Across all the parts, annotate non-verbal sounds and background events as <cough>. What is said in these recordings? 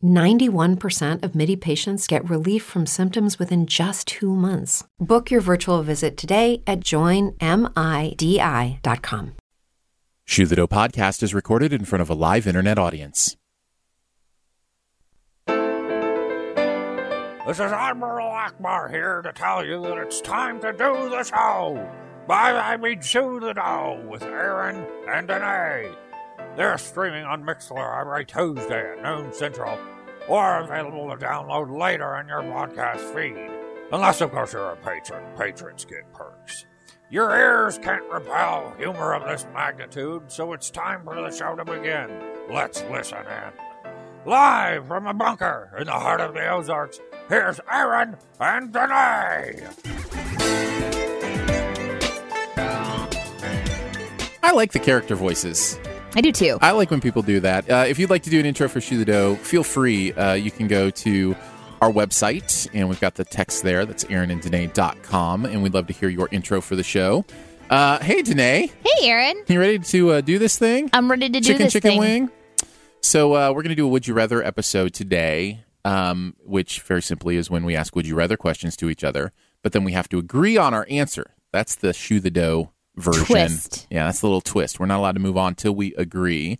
91% of MIDI patients get relief from symptoms within just two months. Book your virtual visit today at joinmidi.com. Shoe the Dough podcast is recorded in front of a live internet audience. This is Admiral Akbar here to tell you that it's time to do the show. By I mean Shoe the Dough with Aaron and Danae. They're streaming on Mixler every Tuesday at noon central, or available to download later in your podcast feed. Unless, of course, you're a patron. Patrons get perks. Your ears can't repel humor of this magnitude, so it's time for the show to begin. Let's listen in. Live from a bunker in the heart of the Ozarks, here's Aaron and Danae. I like the character voices. I do too. I like when people do that. Uh, if you'd like to do an intro for Shoe the Dough, feel free. Uh, you can go to our website, and we've got the text there. That's aaronanddenay.com, and we'd love to hear your intro for the show. Uh, hey, Danae, Hey, Aaron. you ready to uh, do this thing? I'm ready to do chicken this chicken thing. wing. So uh, we're going to do a Would You Rather episode today, um, which very simply is when we ask Would You Rather questions to each other, but then we have to agree on our answer. That's the shoe the dough version. Twist. Yeah, that's the little twist. We're not allowed to move on till we agree.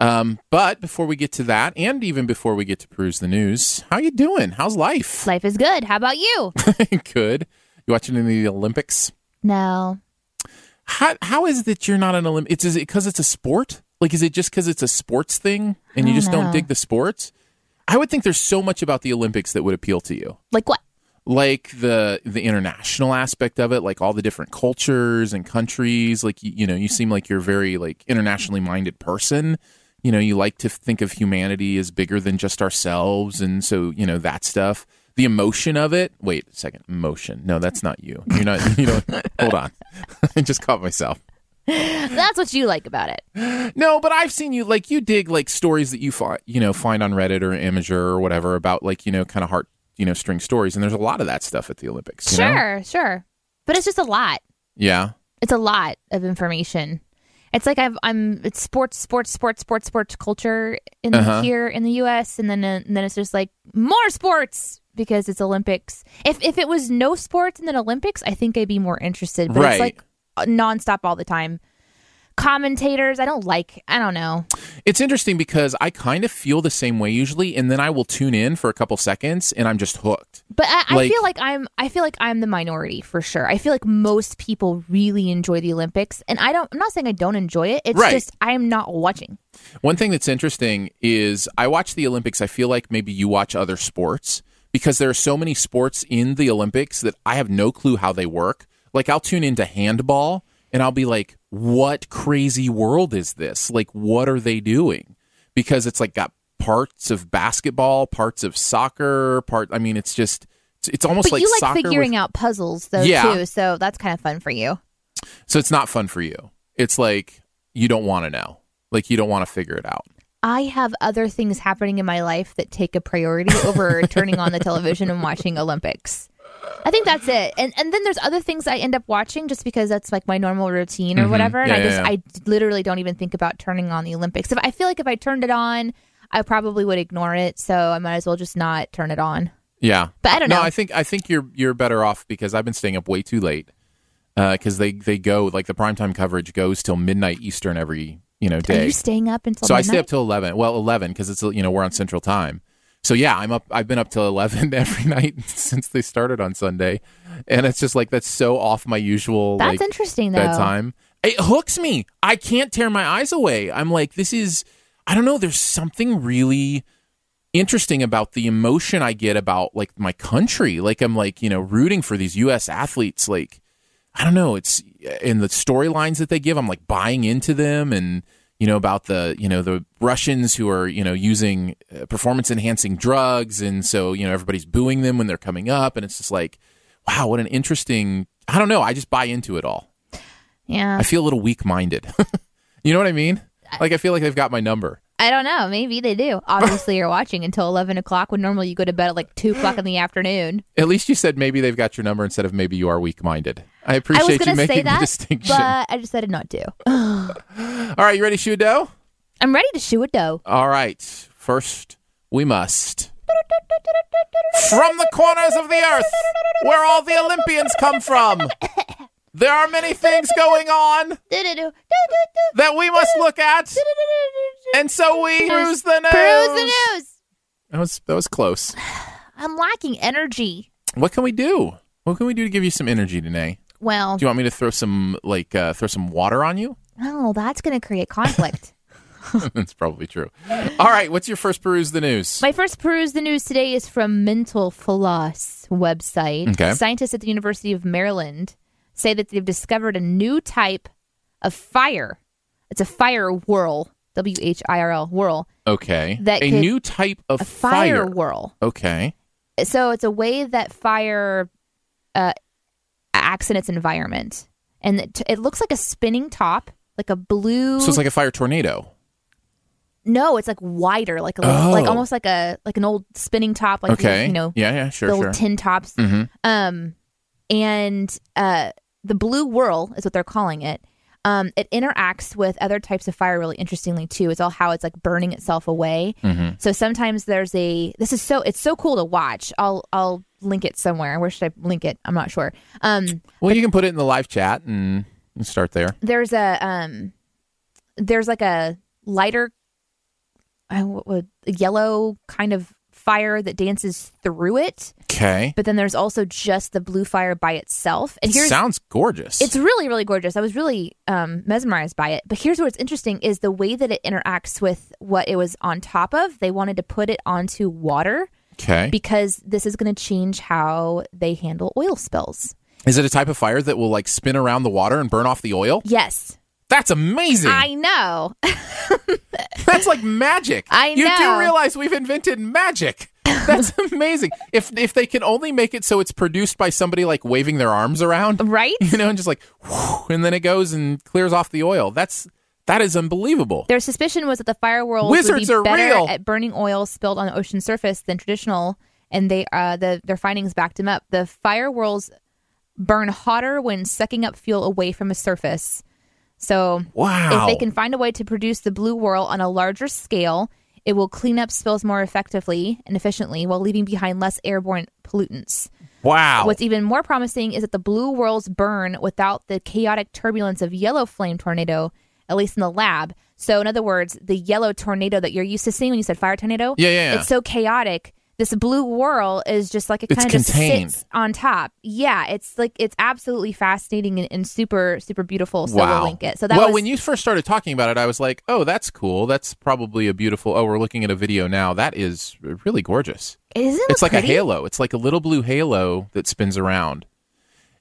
Um, but before we get to that, and even before we get to peruse the news, how you doing? How's life? Life is good. How about you? <laughs> Good. You watching any of the Olympics? no. How how is it that you're not an Olympic? It's is it because it's a sport? Like, is it just because it's a sports thing and you just don't know. dig the sports? I would think there's so much about the Olympics that would appeal to you, Like what? like the the international aspect of it, like all the different cultures and countries. Like, you, you know, you seem like you're a very like internationally minded person. You know, you like to think of humanity as bigger than just ourselves, and so you know that stuff. The emotion of it. Wait a second, emotion. No, that's not you. You're not. You don't. hold on. <laughs> I just caught myself. That's what you like about it. No, but I've seen you like you dig like stories that you find you know find on Reddit or Imager or whatever about like you know kind of heart you know string stories, and there's a lot of that stuff at the Olympics. you know? Sure, sure. But it's just a lot. Yeah. It's a lot of information. It's like I've, I'm. It's sports, sports, sports, sports, sports culture in Uh-huh. here in the U.S. and then uh, and then it's just like more sports because it's Olympics. If if it was no sports and then Olympics, I think I'd be more interested. But Right. it's like uh, nonstop all the time. Commentators, I don't like. I don't know. It's interesting because I kind of feel the same way usually, and then I will tune in for a couple seconds, and I'm just hooked. But I, I Like- feel like I'm I feel like I'm the minority for sure. I feel like most people really enjoy the Olympics, and I don't. I'm not saying I don't enjoy it. It's Right. just I am not watching. One thing that's interesting is I watch the Olympics. I feel like maybe you watch other sports because there are so many sports in the Olympics that I have no clue how they work. Like I'll tune into handball and I'll be like, "What crazy world is this? Like, what are they doing?" Because it's like got parts of basketball, parts of soccer, part. I mean, it's just it's, it's almost But like you like soccer figuring with- out puzzles though Yeah. too, so that's kind of fun for you. So it's not fun for you. It's like you don't want to know. Like you don't want to figure it out. I have other things happening in my life that take a priority <laughs> over turning on the television and watching Olympics. I think that's it. And and then there's other things I end up watching just because that's like my normal routine or whatever. And Mm-hmm. Yeah, I yeah, just yeah. I literally don't even think about turning on the Olympics. If I feel like if I turned it on, I probably would ignore it. So I might as well just not turn it on. Yeah, But I don't no, know. I think I think you're you're better off because I've been staying up way too late because they they go like the primetime coverage goes till midnight Eastern every you know Are day. you staying up until so I stay midnight? up till eleven. Well, eleven because it's you know we're on Central Time. So yeah, I'm up. I've been up till <laughs> eleven every night since they started on Sunday, and it's just like that's so off my usual like That's interesting though. bedtime. It hooks me. I can't tear my eyes away. I'm like, this is, I don't know, there's something really interesting about the emotion I get about like my country. Like, I'm like, you know, rooting for these U.S. athletes. Like, I don't know. It's in the storylines that they give, I'm like buying into them and, you know, about the, you know, the Russians who are, you know, using performance enhancing drugs. And so, you know, everybody's booing them when they're coming up. And it's just like, wow, what an interesting, I don't know. I just buy into it all. Yeah. I feel a little weak minded. <laughs> you know what I mean? Like, I feel like they've got my number. I don't know. Maybe they do. <laughs> Obviously, you're watching until 11 o'clock when normally you go to bed at like 2 o'clock in the afternoon. At least you said maybe they've got your number instead of maybe you are weak minded. I I was appreciate going you to making say that, the distinction. but I decided not to. All right, you ready, Shudo? I'm ready to shoe a dough. All right. First, we must. From the corners of the earth, where all the Olympians come from, there are many things going on that we must look at, and so we cruise the news. Cruise the news. That was that was close. I'm lacking energy. What can we do? What can we do to give you some energy today? Well, Do you want me to throw some like uh, throw some water on you? <laughs> oh, that's going to create conflict. That's probably true. All right, what's your first peruse the news? My first peruse the news today is from Mental Floss website. Okay. Scientists at the University of Maryland say that they've discovered a new type of fire. It's a fire whirl, W H I R L whirl, Okay, That a could- new type of a fire, fire. whirl. Okay, So it's a way that fire uh, acts in its environment, and it, it looks like a spinning top, like a blue. so it's like a fire tornado. no, it's like wider, like a, Oh. like almost like a like an old spinning top, like okay, you know, yeah, yeah, sure, the old sure. tin tops. Mhm. Um, and uh, the blue whirl is what they're calling it. Um, it interacts with other types of fire really interestingly too. It's all how it's like burning itself away. Mm-hmm. So sometimes there's a this is so it's so cool to watch. I'll I'll link it somewhere. Where should I link it? I'm not sure. Um, well, you can put it in the live chat and and start there. there's a um there's like a lighter I, what would, a yellow kind of fire that dances through it Okay, but then there's also just the blue fire by itself and it here's sounds gorgeous. it's really really gorgeous i was really um, mesmerized by it but here's what's interesting is the way that it interacts with what it was on top of they wanted to put it onto water okay. because this is going to change how they handle oil spills Is it a type of fire that will like spin around the water and burn off the oil? yes That's amazing. i know <laughs> That's like magic. I You do know. realize we've invented magic. That's <laughs> amazing. if if they can only make it so it's produced by somebody like waving their arms around, right you know, and just like, whew, and then it goes and clears off the oil. That's that is unbelievable. Their suspicion was that the fire whirls Wizards are would be better real. at burning oil spilled on the ocean surface than traditional, and they uh, the, their findings backed them up. The fire whirls burn hotter when sucking up fuel away from a surface. So Wow. if they can find a way to produce the blue whirl on a larger scale, it will clean up spills more effectively and efficiently while leaving behind less airborne pollutants. wow. What's even more promising is that the blue whirls burn without the chaotic turbulence of yellow flame tornado, at least in the lab. So, in other words, the yellow tornado that you're used to seeing when you said fire tornado, Yeah, yeah, yeah. it's so chaotic. This blue whirl is just like it It's kind of contained. sits on top. Yeah, it's like it's absolutely fascinating and, and super super beautiful. So wow. we'll link it. So that well, was when you first started talking about it, I was like, "Oh, that's cool. That's probably a beautiful." Oh, we're looking at a video now. That is really gorgeous. isn't it it's like pretty? a halo. It's like a little blue halo that spins around.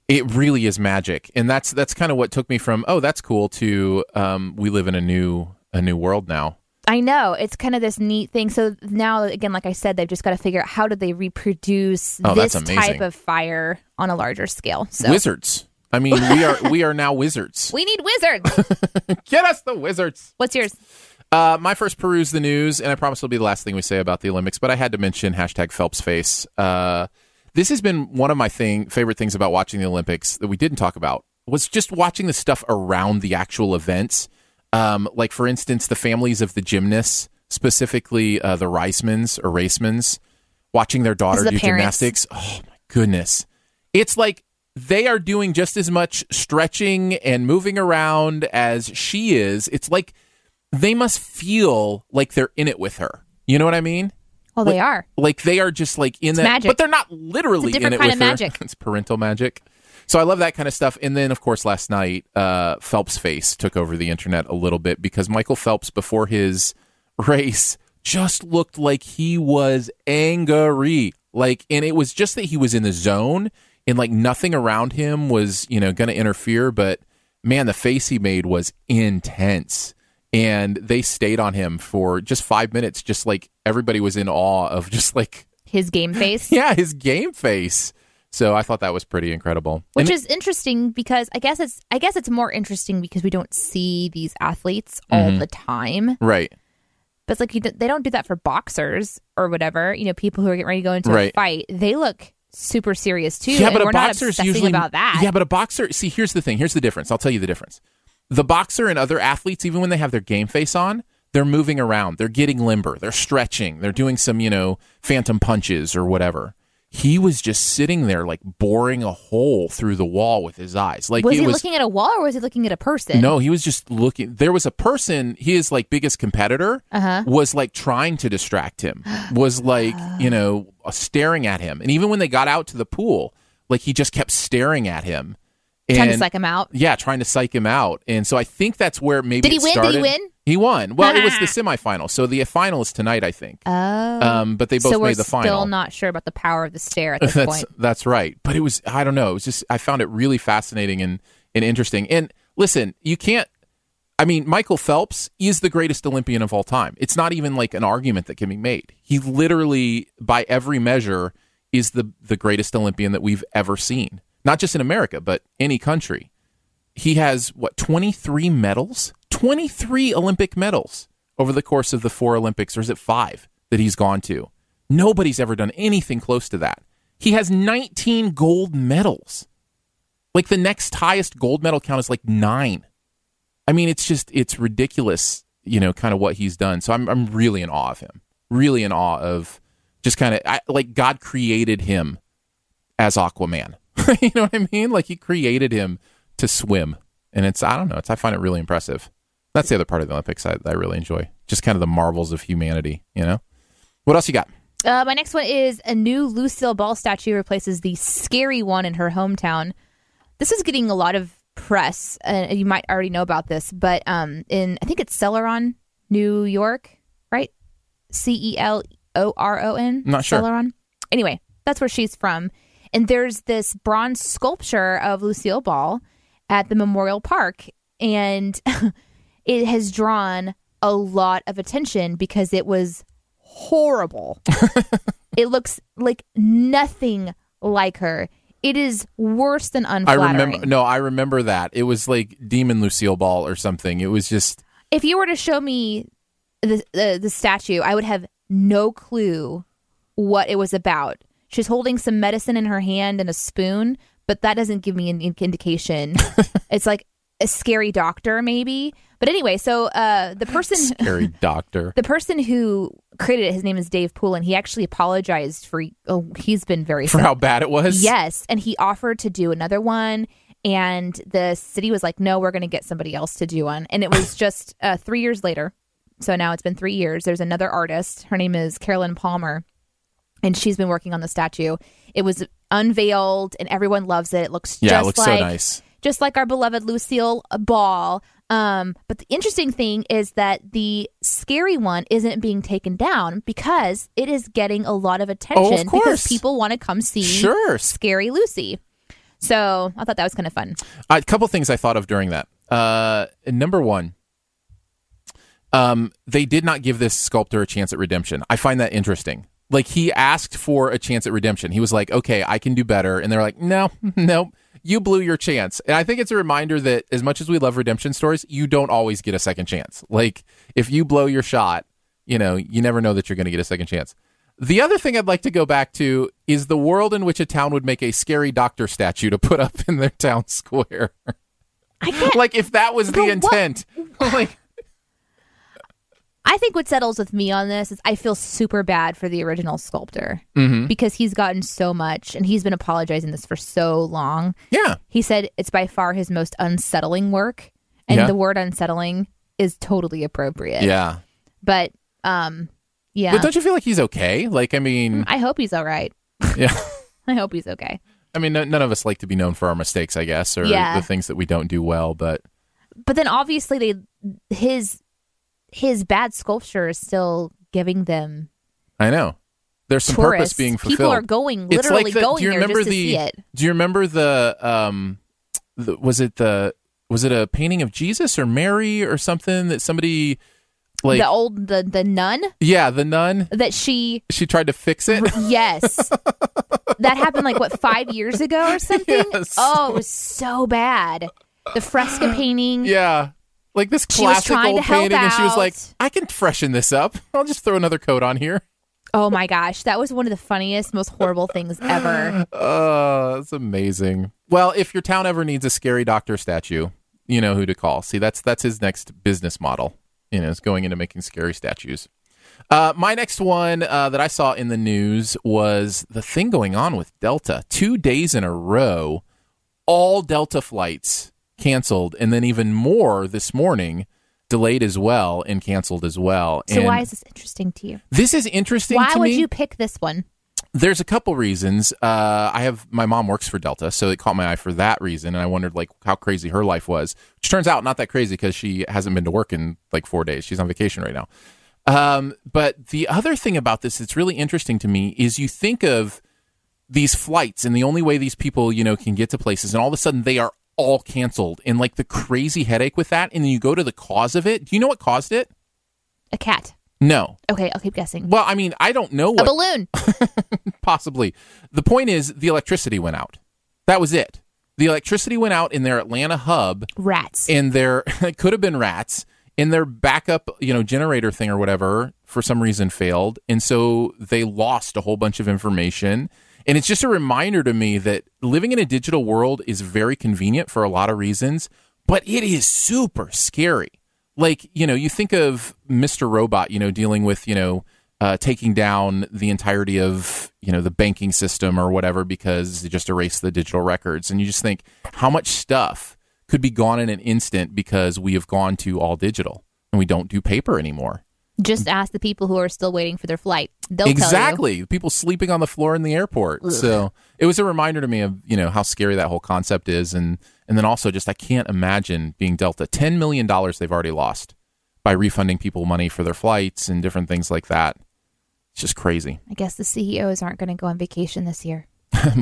It really is magic, and that's that's kind of what took me from oh that's cool to um, we live in a new a new world now. I know it's kind of this neat thing. So now, again, like I said, they've just got to figure out how do they reproduce Oh, this that's amazing. type of fire on a larger scale. So Wizards. I mean, we are we are now wizards. we need <laughs> wizards. Get us the wizards. What's yours? Uh, my first peruse the news, and I promise it'll be the last thing we say about the Olympics, but I had to mention hashtag Phelps face. Uh, this has been one of my thing favorite things about watching the Olympics that we didn't talk about was just watching the stuff around the actual events. Um, like for instance, the families of the gymnasts, specifically uh, the Ricemans or Racemans, watching their daughter This is do the parents. gymnastics. Oh my goodness! It's like they are doing just as much stretching and moving around as she is. It's like they must feel like they're in it with her. You know what I mean? Well, they are. Like they are just like in that, magic. but they're not literally It's a different in it kind with of her. magic. it's parental magic. So I love that kind of stuff. And then, of course, last night, uh, Phelps' face took over the internet a little bit because Michael Phelps, before his <laughs> race, just looked like he was angry. Like, and it was just that he was in the zone and like nothing around him was, you know, going to interfere. But man, the face he made was intense. And they stayed on him for just five minutes, just like everybody was in awe of <laughs> just like, His <laughs> game face. yeah, his game face. So I thought that was pretty incredible. Which And- is interesting because I guess it's I guess it's more interesting because we don't see these athletes all Mm-hmm. the time. right. But it's like you, d- they don't do that for boxers or whatever. You know, people who are getting ready to go into a Right. fight, they look super serious too. Yeah, and but we're a boxer not is obsessing usually about that. Yeah, but a boxer. See, here's the thing. Here's the difference. I'll tell you the difference. The boxer and other athletes, even when they have their game face on, they're moving around. They're getting limber. They're stretching. They're doing some, you know, phantom punches or whatever. He was just sitting there, like boring a hole through the wall with his eyes. Like was it he was. looking at a wall or was he looking at a person? No, he was just looking. There was a person, his like biggest competitor, Uh-huh. was like trying to distract him. Was <gasps> like you know uh, staring at him, and even when they got out to the pool, like he just kept staring at him. And, trying to psych him out. Yeah, trying to psych him out, and so I think that's where maybe Did he it win? Did he started. win? He won. Well, it was <laughs> the semifinal, so the final is tonight, I think. Oh, um, but they both so we're made the final. still not sure about the power of the stare <laughs> at this that's point. that's right. But it was I don't know. It was just I found it really fascinating and and interesting. And listen, you can't. I mean, Michael Phelps is the greatest Olympian of all time. It's not even like an argument that can be made. He literally, by every measure, is the the greatest Olympian that we've ever seen. Not just in America, but any country. He has what twenty three medals, twenty three Olympic medals over the course of the four Olympics, or is it five that he's gone to? Nobody's ever done anything close to that. He has 19 gold medals. Like the next highest gold medal count is like nine. I mean, it's just, it's ridiculous, you know, kind of what he's done. So I'm, I'm really in awe of him. Really in awe of just kind of I, like God created him as Aquaman. <laughs> you know what I mean? Like he created him to swim. And it's, I don't know, it's, I find it really impressive. That's the other part of the Olympics I, I really enjoy. Just kind of the marvels of humanity, you know? What else you got? Uh, my next one is a new Lucille Ball statue replaces the scary one in her hometown. This is getting a lot of press, and you might already know about this, but um, in I think it's Celeron, New York, right? C E L O R O N. Not sure. Celeron. Anyway, that's where she's from, and there's this bronze sculpture of Lucille Ball at the Memorial Park, and <laughs> it has drawn a lot of attention because it was <laughs> horrible. it looks like nothing like her. It is worse than unflattering. I remember. No, I remember that. It was like Demon Lucille Ball or something. It was just If you were to show me the, the the statue, I would have no clue what it was about. She's holding some medicine in her hand and a spoon, but that doesn't give me an in- <laughs> indication. it's like a scary doctor, maybe. But anyway, so uh, the person <laughs> scary doctor. <laughs> The person who created it, his name is Dave Poulin. He actually apologized for. Oh, he's been very For how bad it was. yes, and he offered to do another one, and the city was like, "No, we're going to get somebody else to do one." And <laughs> it was just uh, three years later. So now it's been three years. There's another artist. Her name is Carolyn Palmer, and she's been working on the statue. It was unveiled, and everyone loves it. It looks Yeah, just it looks like so nice. just like our beloved Lucille Ball. Um, but the interesting thing is that the scary one isn't being taken down because it is getting a lot of attention because Oh, course. people want to come see Sure. Scary Lucy. So I thought that was kind of fun. A couple things I thought of during that. Uh, number one, um, they did not give this sculptor a chance at redemption. I find that interesting. Like he asked for a chance at redemption. He was like, "Okay, I can do better," and they're like, "No, <laughs> no, you blew your chance." And I think it's a reminder that as much as we love redemption stories, you don't always get a second chance. Like if you blow your shot, you know, you never know that you're going to get a second chance. The other thing I'd like to go back to is the world in which a town would make a scary doctor statue to put up <laughs> in their town square. I can't. like if that was the But what- intent, <laughs> like I think what settles with me on this is I feel super bad for the original sculptor Mm-hmm. because he's gotten so much and he's been apologizing this for so long. yeah, He said it's by far his most unsettling work, and Yeah. the word unsettling is totally appropriate. yeah. but um yeah Mm, But don't you feel like he's okay? Like I mean, <laughs> i hope he's all right yeah. i hope he's okay I mean, no, none of us like to be known for our mistakes, I guess, or Yeah. the things that we don't do well. But But then obviously they his his bad sculpture is still giving them I know there's some purpose tourists. being fulfilled. People are going It's literally like the, going do you there remember just the, to see it. Do you remember the um the, was it the was it a painting of Jesus or Mary or something that somebody like the old the the nun yeah, the nun that she she tried to fix it. yes that happened like what five years ago or something. Yes. Oh, it was so bad. <gasps> The fresca <laughs> painting. yeah. Like this She was classic trying old to help painting and she was out. like, "I can freshen this up. I'll just throw another coat on here." Oh my gosh, that was one of the funniest, most horrible things ever. Uh, that's amazing. Well, if your town ever needs a scary doctor statue, you know who to call. See, that's that's his next business model. You know, is going into making scary statues. Uh, my next one uh, that I saw in the news was the thing going on with Delta. Two days in a row, all Delta flights canceled, and then even more this morning, delayed as well and canceled as well. So and why is this interesting to you? this is interesting? Why to would me you pick this one? there's a couple reasons. Uh, I have my mom works for Delta, so it caught my eye for that reason, and I wondered like how crazy her life was, which turns out not that crazy because she hasn't been to work in like four days. She's on vacation right now. Um, but the other thing about this that's really interesting to me is you think of these flights and the only way these people you know can get to places and all of a sudden they are all canceled and like the crazy headache with that and then you go to the cause of it do you know what caused it A cat. no Okay, I'll keep guessing. well i mean i don't know A what balloon. possibly. The point is, the electricity went out. That was it. The electricity went out in their Atlanta hub, Rats. and their <laughs> it could have been rats in their backup, you know, generator thing or whatever. For some reason, failed, and so they lost a whole bunch of information. And it's just a reminder to me that living in a digital world is very convenient for a lot of reasons, but it is super scary like you know you think of mr robot you know dealing with you know uh, taking down the entirety of you know the banking system or whatever because they just erased the digital records and you just think how much stuff could be gone in an instant because we have gone to all digital and we don't do paper anymore Just ask the people who are still waiting for their flight. They'll exactly people sleeping on the floor in the airport so it was a reminder to me of you know how scary that whole concept is and and then also just i can't imagine being delta 10 million dollars they've already lost by refunding people money for their flights and different things like that it's just crazy <laughs> tell you. I guess the CEOs aren't going to go on vacation this year.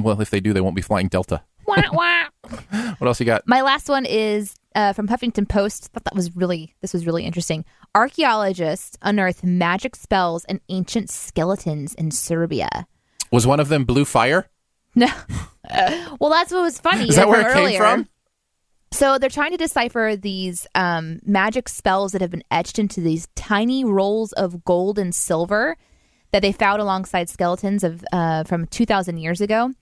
well if they do they won't be flying delta Wah, wah. what else you got <laughs> My last one is uh, from Huffington Post. I thought that was really this was really interesting. Archaeologists unearth magic spells and ancient skeletons in Serbia. <laughs> was one of them blue fire <laughs> No. well, that's what was funny. is that where from it earlier. came from So they're trying to decipher these um, magic spells that have been etched into these tiny rolls of gold and silver that they found alongside skeletons of uh, from 2,000 years ago.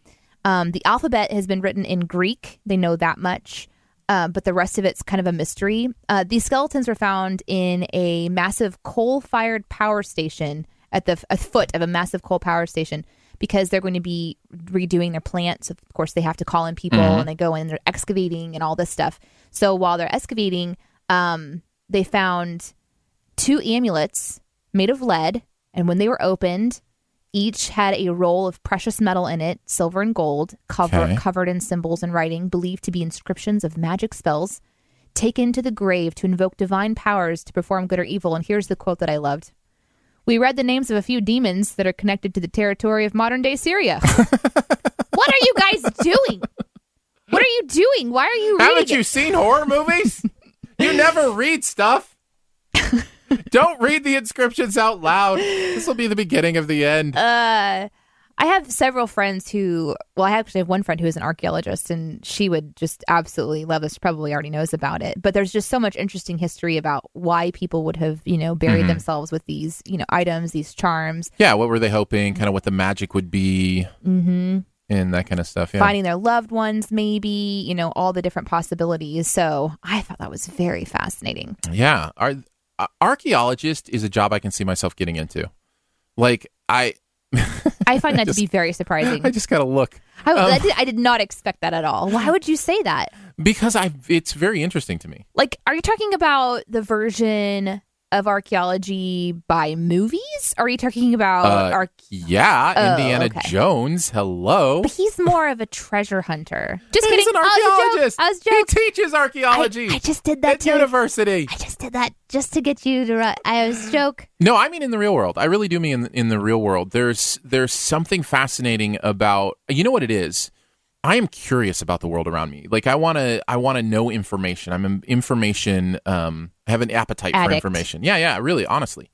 Um, the alphabet has been written in Greek; they know that much, uh, but the rest of it's kind of a mystery. Uh, these skeletons were found in a massive coal-fired power station at the a foot of a massive coal power station because they're going to be redoing their plants. Of course, they have to call in people and they go in. They're excavating and all this stuff. So while they're excavating, um, they found two amulets made of lead, and when they were opened, each had a roll of precious metal in it, silver and gold, cover, Okay. covered in symbols and writing believed to be inscriptions of magic spells taken to the grave to invoke divine powers to perform good or evil. And here's the quote that I loved. We read the names of a few demons that are connected to the territory of modern <laughs> day Syria. what are you guys doing? What are you doing? Why are you reading haven't it? you seen horror movies you never read stuff don't read the inscriptions out loud this will be the beginning of the end uh I have several friends who, well, I actually have one friend who is an archaeologist, and she would just absolutely love this. Probably already knows about it, but there's just so much interesting history about why people would have, you know, Mm-hmm. buried themselves with these, you know, items, these charms, Yeah, what were they hoping? Kind of what the magic would be mm-hmm. and that kind of stuff. Yeah. finding their loved ones, maybe, you know, all the different possibilities. So I thought that was very fascinating. Yeah. Ar- a- archaeologist is a job I can see myself getting into. Like I I <laughs> find that just- to be very surprising. I I, just got to look I did, I did not expect that at all. Why would you say that? because I it's very interesting to me. Like, are you talking about the version of archaeology by movies? Are you talking about Uh, arch- Yeah, Oh, Indiana okay. Jones. <laughs> Hello. But he's more of a <laughs> treasure hunter. Just He's kidding. an I was a joke. archaeologist. I was he joking. teaches archaeology I, I just did that at to. university. I just did that just to get you to. Ru- I was a joke. No, I mean in the real world. I really do mean in, in the real world. There's there's something fascinating about you know what it is. I am curious about the world around me. Like I want to I want to know information. I'm an information um I have an appetite for Addict. information. Yeah, yeah, really, honestly.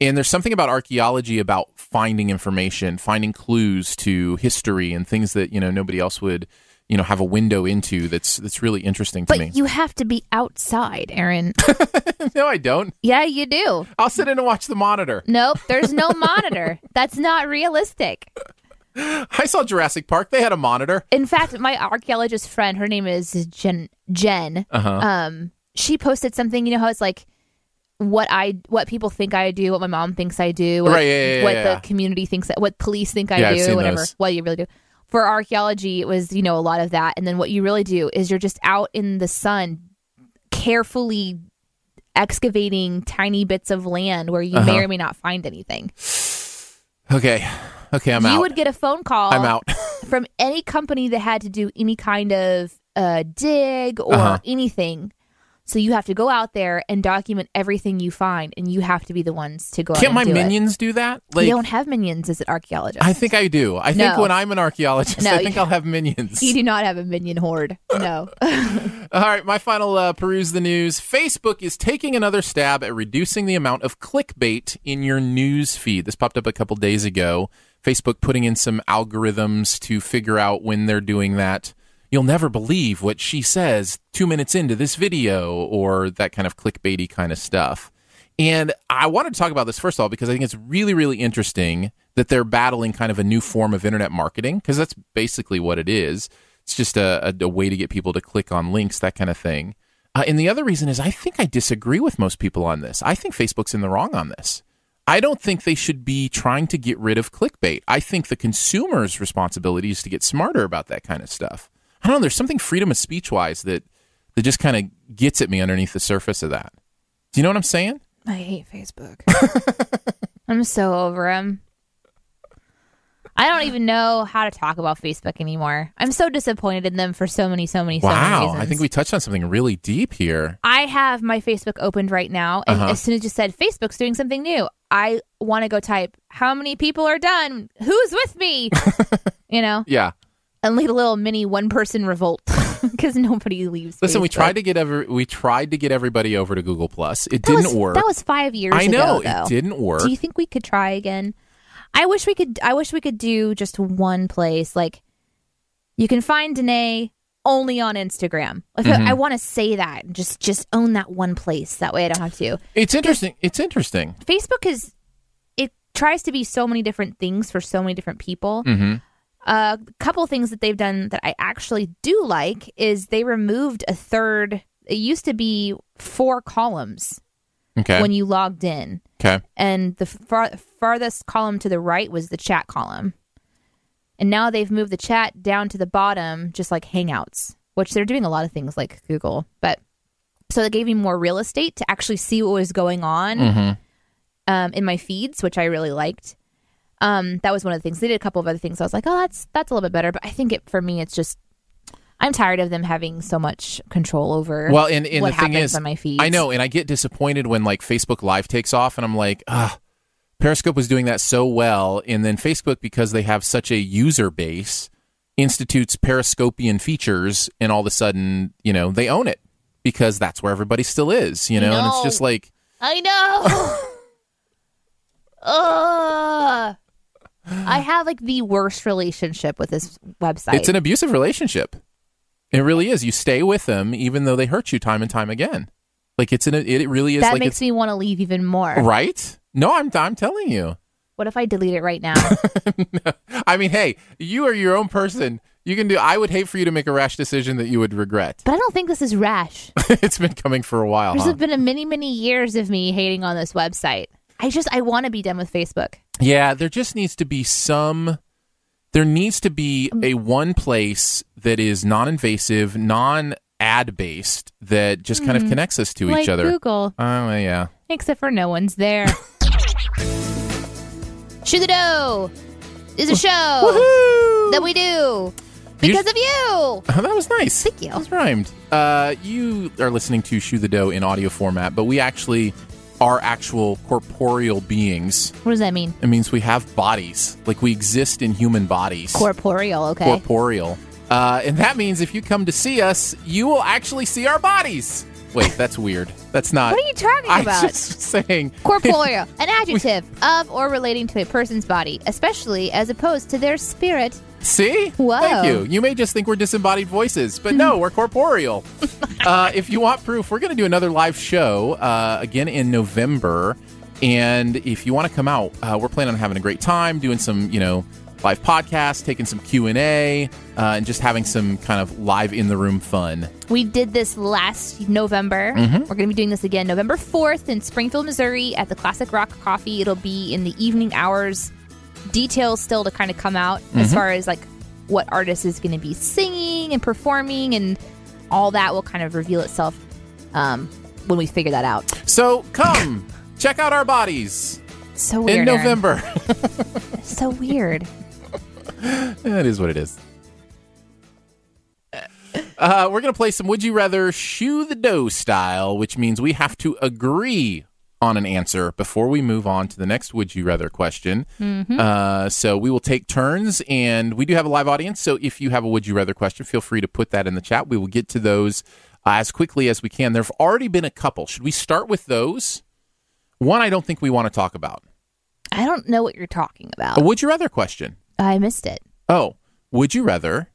And there's something about archaeology about finding information, finding clues to history and things that, you know, nobody else would, you know, have a window into that's that's really interesting to But me. you have to be outside, Aaron. <laughs> no, I don't. <laughs> yeah, you do. I'll sit in and watch the monitor. Nope, there's no monitor. That's not realistic. I saw Jurassic Park. They had a monitor. In fact, my archaeologist friend, her name is Jen. Jen. Uh-huh. Um, she posted something. You know how it's like what I, what people think I do, what my mom thinks I do, what, Right, yeah, yeah, what yeah, the yeah. community thinks, what police think I Yeah, I've do, seen whatever. those. What you really do. For archaeology, it was you know a lot of that, and then what you really do is you're just out in the sun, carefully excavating tiny bits of land where you Uh-huh. may or may not find anything. Okay. Okay, I'm you out. would get a phone call. I'm out. from any company that had to do any kind of uh, dig or Uh-huh. anything. So you have to go out there and document everything you find, and you have to be the ones to go. out <laughs> Can't and my do it. minions do that? you don't have minions as an archaeologist. I think I do. I think No. when I'm an archaeologist, No, I you- think I'll have minions. you do not have a minion horde. No. All right, my final uh, peruse the news. Facebook is taking another stab at reducing the amount of clickbait in your news feed. This popped up a couple days ago. Facebook putting in some algorithms to figure out when they're doing that. You'll never believe what she says two minutes into this video, or that kind of clickbaity kind of stuff. And I wanted to talk about this first of all because I think it's really, really interesting that they're battling kind of a new form of internet marketing because that's basically what it is. It's just a, a, a way to get people to click on links, that kind of thing. Uh, and the other reason is I think I disagree with most people on this. I think Facebook's in the wrong on this. I don't think they should be trying to get rid of clickbait. I think the consumer's responsibility is to get smarter about that kind of stuff. I don't know. There's something freedom of speech wise that, that just kind of gets at me underneath the surface of that. Do you know what I'm saying? <laughs> I hate <laughs> Facebook. I'm so over him. I don't even know how to talk about Facebook anymore. I'm so disappointed in them for so many, so many, so many Wow, reasons. I think we touched on something really deep here. I have my Facebook opened right now, and Uh-huh. as soon as you said Facebook's doing something new, I want to go type how many people are done, who's with <laughs> me, you know, Yeah. and lead a little mini one-person revolt <laughs> because nobody leaves. Listen, we Facebook. tried to get every we tried to get everybody over to Google Plus. It That didn't was, work. That was five years. I know ago, though. it didn't work. Do you think we could try again? I wish we could. I wish we could do just one place. Like, you can find Danae only on Instagram. Like, I- Mm-hmm. I, want to say that. and Just, just own that one place. That way, I don't have to. it's interesting. It's interesting. Facebook is it tries to be so many different things for so many different people. A couple things that they've done that I actually do like is they removed a third. It used to be four columns Okay. when you logged in, okay. and the far- farthest column to the right was the chat column. And now they've moved the chat down to the bottom, just like Hangouts, which they're doing a lot of things like Google. But so that gave me more real estate to actually see what was going on Mm-hmm. um, in my feeds, which I really liked. Um, that was one of the things they did. A couple of other things I was like, oh, that's that's a little bit better. But I think it for me, it's just I'm tired of them having so much control over. Well, and, and what the thing happens is, on my feeds. I know, and I get disappointed when like Facebook Live takes off, and I'm like, ah, Periscope was doing that so well, and then Facebook because they have such a user base institutes Periscopian features, and all of a sudden, you know, they own it because that's where everybody still is, you know, and it's know. just like. I <laughs> know. Ugh. I have like the worst relationship with this website. It's an abusive relationship. It really is. You stay with them even though they hurt you time and time again. Like it's an it really is that like makes me want to leave even more. it's right? No, I'm I'm telling you. <laughs> What if I delete it right now? I mean, hey, you are your own person. You can do I would hate for you to make a rash decision that you would regret. <laughs> but I don't think this is rash. it's been coming for a while. There's huh? been a many, many years of me hating on this website. I just I want to be done with Facebook. Yeah, there just needs to be some. There needs to be Um, a one place that is non-invasive, non-ad based that just kind of connects us to Hmm. like each other. Google. Oh yeah, Except for no <laughs> one's there. Shoot the dough is a show that we do because of you. Oh, that was nice. Thank you. That rhymed. Uh, you are listening to Shoe the Dough in audio format, but we actually are actual corporeal beings. What does that mean? It means we have bodies. Like we exist in human bodies. Corporeal, okay. Corporeal. Uh, and that means if you come to see us, you will actually see our bodies. Wait, that's weird. That's not. What are you talking I'm about? just saying. Corporeal, an adjective of or relating to a person's body, especially as opposed to their spirit. See? Whoa. Thank you. You may just think we're disembodied voices, but no, we're <laughs> corporeal. uh, if you want proof, we're going to do another live show uh, again in November. And if you want to come out, uh, we're planning on having a great time, doing some, you know, live podcast, taking some Q and A, uh, and just having some kind of live in the room fun. We did this last November. We're going to be doing this again November 4th in Springfield, Missouri at the Classic Rock Coffee. It'll be in the evening hours. Details still to kind of come out as far as like what artist is going to be singing and performing and all that will kind of reveal itself um, when we figure that out. So come check out our bodies So in weird. Aaron. November. So weird. That is what it is. Uh, we're going to play some Would You Rather Shoe the Dough style, which means we have to agree on an answer before we move on to the next Would You Rather question. Uh, so we will take turns, and we do have a live audience. So if you have a Would You Rather question, feel free to put that in the chat. We will get to those uh, as quickly as we can. There have already been a couple. Should we start with those? One I don't think we want to talk about. I don't know what you're talking about. A Would You Rather question. I missed it. Oh, would you rather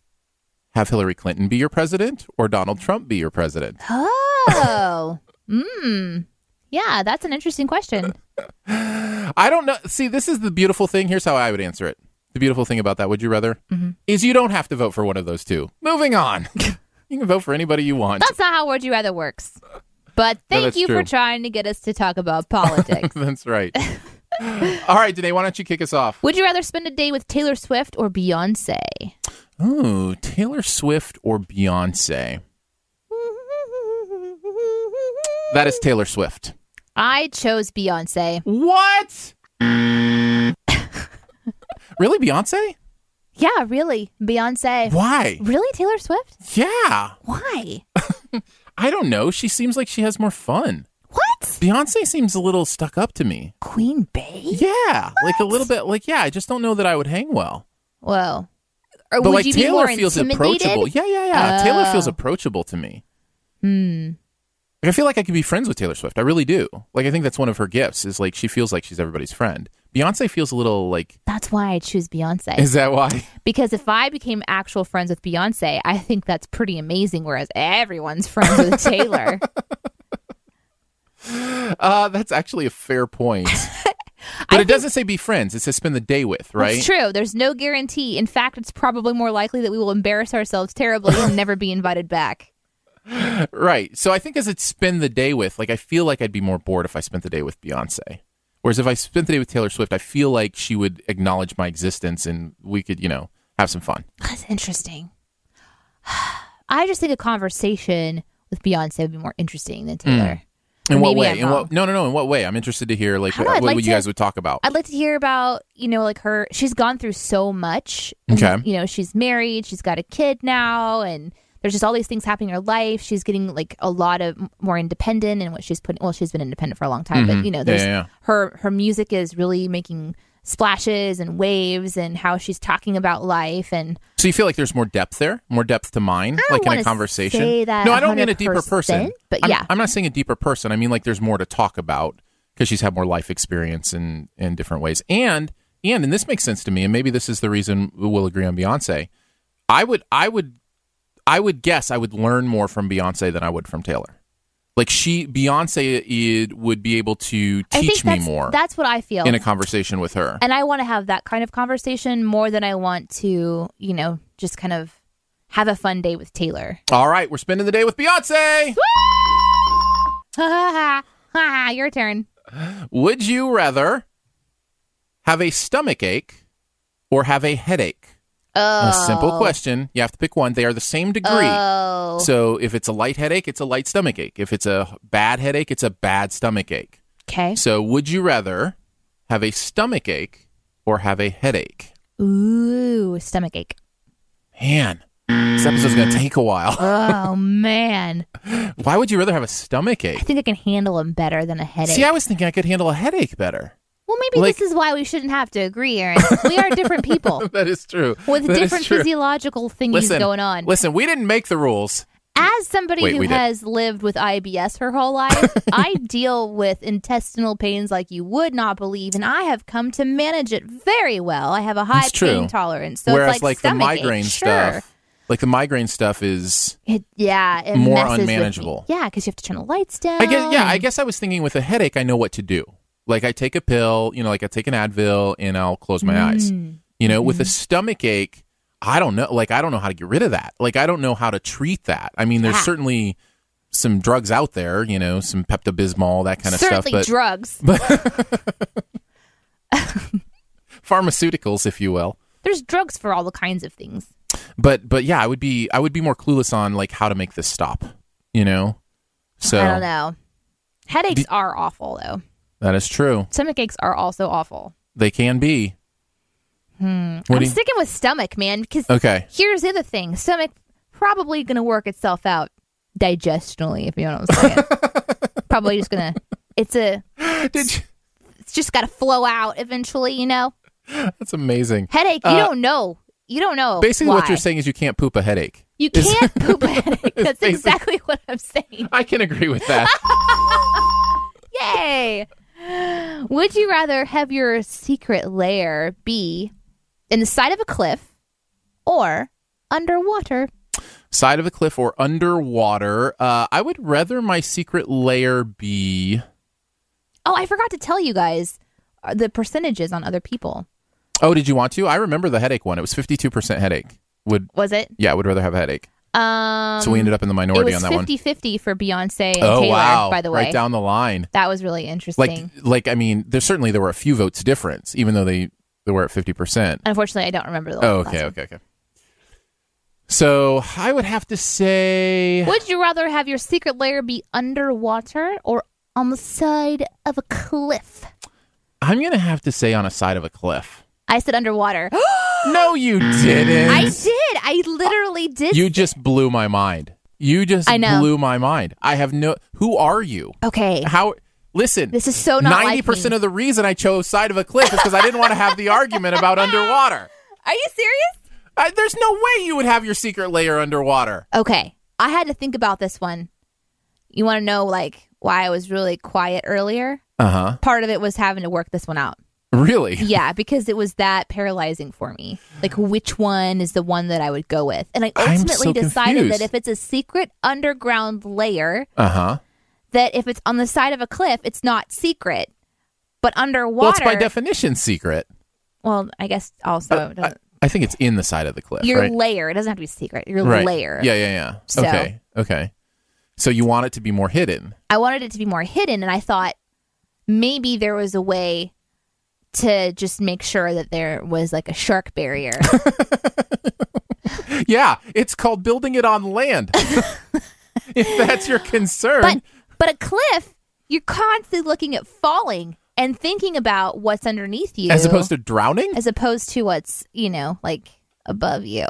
have Hillary Clinton be your president or Donald Trump be your president? Oh. mm. Yeah, that's an interesting question. I don't know. See, this is the beautiful thing. Here's how I would answer it. The beautiful thing about that, would you rather, is you don't have to vote for one of those two. Moving on. you can vote for anybody you <laughs> want. That's not how Would You Rather works. But thank that's you true. for trying to get us to talk <laughs> about politics. That's right. All right, Danae, why don't you kick us off? Would you rather spend a day with Taylor Swift or Beyonce? Oh, Taylor Swift or Beyonce? That is Taylor Swift. I chose Beyonce. What? really, Beyonce? Yeah, really. Beyonce. Why? Really, Taylor Swift? Yeah. Why? I don't know. She seems like she has more fun. What? Beyonce seems a little stuck up to me. Queen Bey? Yeah. Like a little bit like yeah, I just don't know that I would hang well. Whoa. Or but uh, would like you be Taylor more feels intimidated? approachable. Yeah, yeah, yeah. Taylor feels Oh. approachable to me. Hmm. Like I feel like I could be friends with Taylor Swift. I really do. Like I think that's one of her gifts is like she feels like she's everybody's friend. Beyonce feels a little like That's why I choose Beyonce. Is that why? Because if I became actual friends with Beyonce, I think that's pretty amazing. Whereas everyone's friends with <laughs> Taylor. Uh that's actually a fair <laughs> point. But it doesn't say be friends. It says spend the day with, right? It's true. There's no guarantee. In fact, it's probably more likely that we will embarrass ourselves terribly <laughs> and never be invited back. Right. So I think as it's spend the day with, like I feel like I'd be more bored if I spent the day with Beyonce. Whereas if I spent the day with Taylor Swift, I feel like she would acknowledge my existence and we could, you know, have some fun. That's interesting. <sighs> I just think a conversation with Beyonce would be more interesting than Taylor. Hmm. In Or what maybe way? I'm in what wrong. no no no, in what way? I'm interested to hear like I don't know, I'd what like you guys to- would talk about. I'd like to hear about, you know, like her. She's gone through so much. And, Okay. You know, she's married. She's got a kid now, and there's just all these things happening in her life. She's getting like a lot of m- more independent and what she's putting. Well, she's been independent for a long time, but you know, there's Mm-hmm. yeah, yeah. her her music is really making splashes and waves, and how she's talking about life and so you feel like there's more depth there? More depth to mine? don't Like in a wanna conversation? say that no, I don't mean a deeper person. 100%, but I'm- yeah. I'm, not saying a deeper person. I mean like there's more to talk about because she's had more life experience in in different ways. And and and this makes sense to me, and maybe this is the reason we'll agree on Beyonce. I would I would I would guess I would learn more from Beyonce than I would from Taylor. Like she Beyonce it would be able to I think teach me that's, more That's what I feel. in a conversation with her. and I want to have that kind of conversation more than I want to, you know, just kind of have a fun day with Taylor. All right, we're spending the day with Beyonce. <laughs> Your turn. Would you rather have a stomach ache or have a headache? Oh, A simple question. You have to pick one. They are the same degree. Oh, So if it's a light headache, it's a light stomach ache. If it's a bad headache, it's a bad stomach ache. Okay. So, would you rather have a stomach ache or have a headache? Ooh, stomach ache. Man, this episode's going to take a while. Oh man, <laughs> Why would you rather have a stomach I ache? think I can handle them better than a headache. See, I was thinking I could handle a headache better. <laughs> well, maybe like- this is why we shouldn't have to agree, Aaron. we are <laughs> different people That is true. with That is different true. physiological things Listen, going on. Listen, we didn't make the rules. As somebody Wait, who we did. has lived with IBS her <laughs> whole life, I deal with intestinal pains like you would not believe, and I have come to manage it very well. I have a high That's true. pain tolerance, so Whereas, it's like, like, the stomach migraine ache, Sure. stuff, like the migraine stuff is. It, yeah, it More messes with me. unmanageable. Yeah, because you have to turn the lights down. I guess. Yeah, I and- guess I was thinking with a headache, I know what to do. Like I take a pill, you know, like I take an Advil, and I'll close my eyes. Mm. You know, with a stomach ache, I don't know. Like I don't know how to get rid of that. Like I don't know how to treat that. I mean, there's Yeah. certainly some drugs out there. You know, some Pepto Bismol, that kind of Certainly stuff. But drugs. pharmaceuticals, if you will. There's drugs for all the kinds of things. But but yeah, I would be I would be more clueless on like how to make this stop. You know, so I don't know. Headaches are awful, though. that is true. Stomach aches are also awful. They can be. Hmm. What I'm do you, sticking with stomach, man, because okay. here's the other thing: stomach probably going to work itself out digestionally, if you know what I'm saying. <laughs> probably just gonna. It's a. Did you, It's just got to flow out eventually, you know. <laughs> that's amazing. Headache. You Uh, don't know. You don't know. Basically, what why. you're saying is you can't poop a headache. You is- <laughs> can't poop a headache. That's basically- exactly <laughs> what I'm saying. I can agree with <laughs> that. Yay! Would you rather have your secret lair be in the side of a cliff or underwater? Side of a cliff or underwater. Uh, I would rather my secret lair be. Oh, I forgot to tell you guys uh, the percentages on other people. Oh, did you want to? I remember the headache one. It was 52% headache. Would Was it? yeah, I would rather have a headache. Um, so we ended up in the it minority was on that one. 50-50 for Beyonce and oh Taylor, wow! by the way. right down the line. That was really interesting. Like like I mean, there certainly there were a few votes difference, even though they they were at 50%. Unfortunately, I don't remember the Oh, last okay, one. okay, okay. So I would have to say. Would you rather have your secret lair be underwater or on the side of a cliff? I'm gonna have to say on a side of a cliff. I <gasps> said underwater. No, you didn't. I did. I literally did. You just blew my mind. You just I know. blew my mind. I have no. Who are you? okay. How? Listen. This is so not like percent me. of the reason I chose side of a cliff is because I didn't want to have the argument about underwater. Are you serious? I, there's no way you would have your secret layer underwater. Okay. I had to think about this one. You want to know like why I was really quiet earlier? Uh huh. Part of it was having to work this <laughs> one out. Really? Yeah, because it was that paralyzing for me. Like which one is the one that I would go with? And I I'm ultimately so decided confused. that if it's a secret underground layer, Uh huh. that if it's on the side of a cliff, it's not secret. But underwater, Well, it's by definition secret. well, I guess also Oh, it I, doesn't- I think it's in the side of the cliff. your right? layer. It doesn't have to be secret. Your right. layer. Yeah, yeah, yeah. So- Okay, okay. So you want it to be more hidden? I wanted it to be more hidden, and I thought maybe there was a way to just make sure that there was like a shark <laughs> barrier. Yeah, it's called building it on land. <laughs> if that's your concern, but but a cliff, you're constantly looking at falling and thinking about what's underneath you, as opposed to drowning, as opposed to what's you know like <laughs> above you.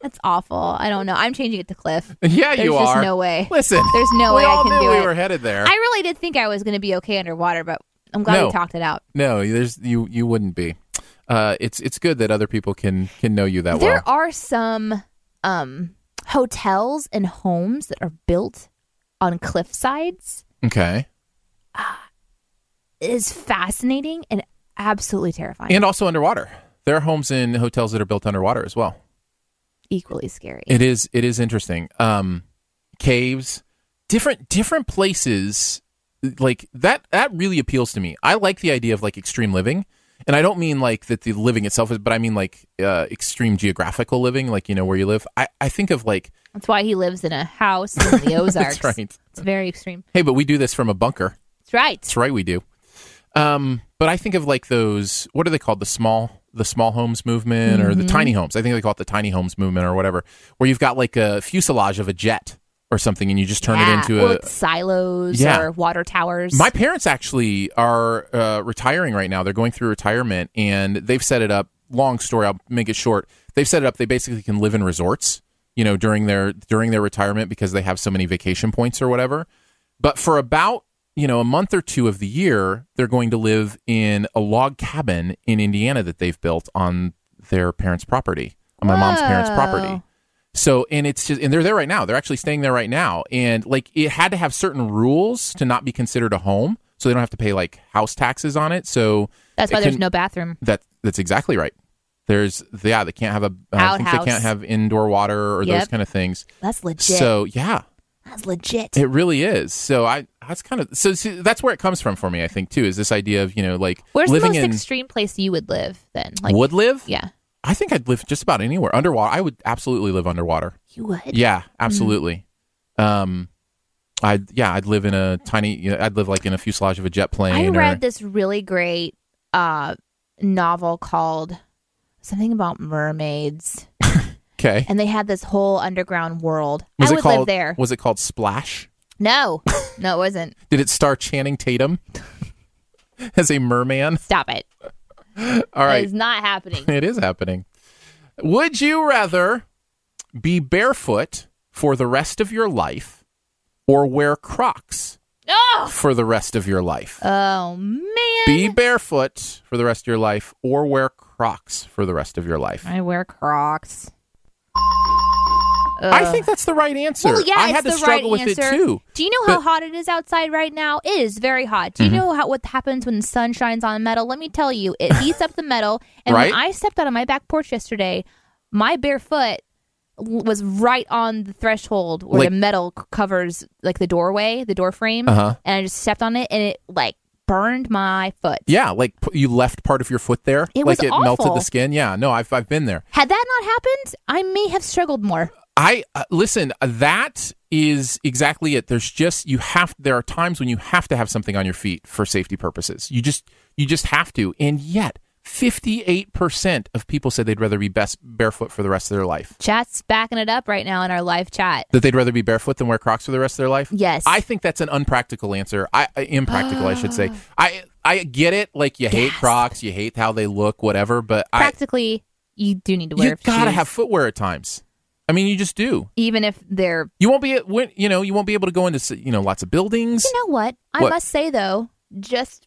That's awful. I don't know. I'm changing it to cliff. yeah, There's you just are. no way. Listen, There's no we way I all can knew do we it. were headed there. I really did think I was going to be okay underwater, but I'm glad No. we talked it out. no, there's you. You wouldn't be. Uh, it's it's good that other people can can know you that there Oh, well. are some um, hotels and homes that are built on cliff sides. okay, It is fascinating and absolutely terrifying. and also underwater. There are homes and hotels that are built underwater as well. equally scary. It is it is interesting. Um caves, different different places like that that really appeals to me. I like the idea of like extreme living. And I don't mean like that the living itself is but I mean like uh extreme geographical living, like you know where you live. I I think of like <laughs> That's why he lives in a house in the Ozarks. that's right. It's very extreme. Hey, but we do this from a bunker. That's right. That's right we do. Um but I think of like those what are they called the small the small homes movement or the tiny homes. I think they call it the tiny homes movement or whatever where you've got like a fuselage of a jet or something, and you just turn yeah. it into Or, a. like, silos Yeah. or water towers. My parents actually are uh, retiring right now. They're going through retirement, and they've set it up. Long story, I'll make it short. They've set it up. They basically can live in resorts, you know, during their during their retirement because they have so many vacation points or whatever. But for about you know a month or two of the year, they're going to live in a log cabin in Indiana that they've built on their parents' property, on my mom's parents' property. Whoa. So, and it's just, and they're there right now. They're actually staying there right now. And like, it had to have certain rules to not be considered a home. So they don't have to pay like house taxes on it. So That's it why there's couldn't- no bathroom. That, that's exactly right. There's, yeah, they can't have a, uh, I think they Outhouse. can't have indoor water or those Yep. kind of things. That's legit. So, yeah, That's legit. it really is. So I, that's kind of, so, so that's where it comes from for me, I think, too, is this idea of, you know, like Where's the living most in extreme place you would live then? Like, would live. yeah, I think I'd live just about anywhere underwater. I would absolutely live underwater. you would. Yeah, absolutely. Um, I yeah, I'd live in a tiny. You know, I'd live like in a fuselage of a jet plane. I or- read this really great uh, novel called something about mermaids, okay. and they had this whole underground world. I would called? live there. Was it called Splash? No, no, it wasn't. Did it star Channing <laughs> Tatum as a merman? Stop it. All right, It's not <laughs> happening. it is happening. Would you rather be barefoot for the rest of your life, or wear Crocs oh, for the rest of your life? oh man. be barefoot for the rest of your life, or wear Crocs for the rest of your life. I wear Crocs. I think that's the right answer. Well, yeah, I had it's to the right struggle with answer. it too. Do you know how But- Mm-hmm. hot it is outside right now? It is very hot. Do you know how, what happens when the sun shines on metal? Let me tell you, it heats up the <laughs> metal. And Right? when I stepped out on my back porch yesterday, my bare foot l- was right on the threshold where Like- the metal c- covers like the doorway, the door frame, Uh-huh. and I just stepped on it, and it like burned my foot. Yeah, like p- you left part of your foot there. It like was it melted awful. the skin. Yeah, no, I've I've been there. Had that not happened, I may have struggled more. I uh, listen. uh, That is exactly it. There's just you have. There are times when you have to have something on your feet for safety purposes. You just you just have to. And yet, 58 percent of people said they'd rather be best barefoot for the rest of their life. Chat's backing it up right now in our live chat. That they'd rather be barefoot than wear Crocs for the rest of their life. Yes. I think that's an unpractical answer. I, I impractical, I should say. Ah. I I get it. Like you hate Crocs, you hate how they look, whatever. But I, Practically, you do need to wear. you gotta shoes. have footwear at times. I mean, you just do. even if they're You won't be when you know you won't be able to go into you know lots of buildings. you know what i What? must say though just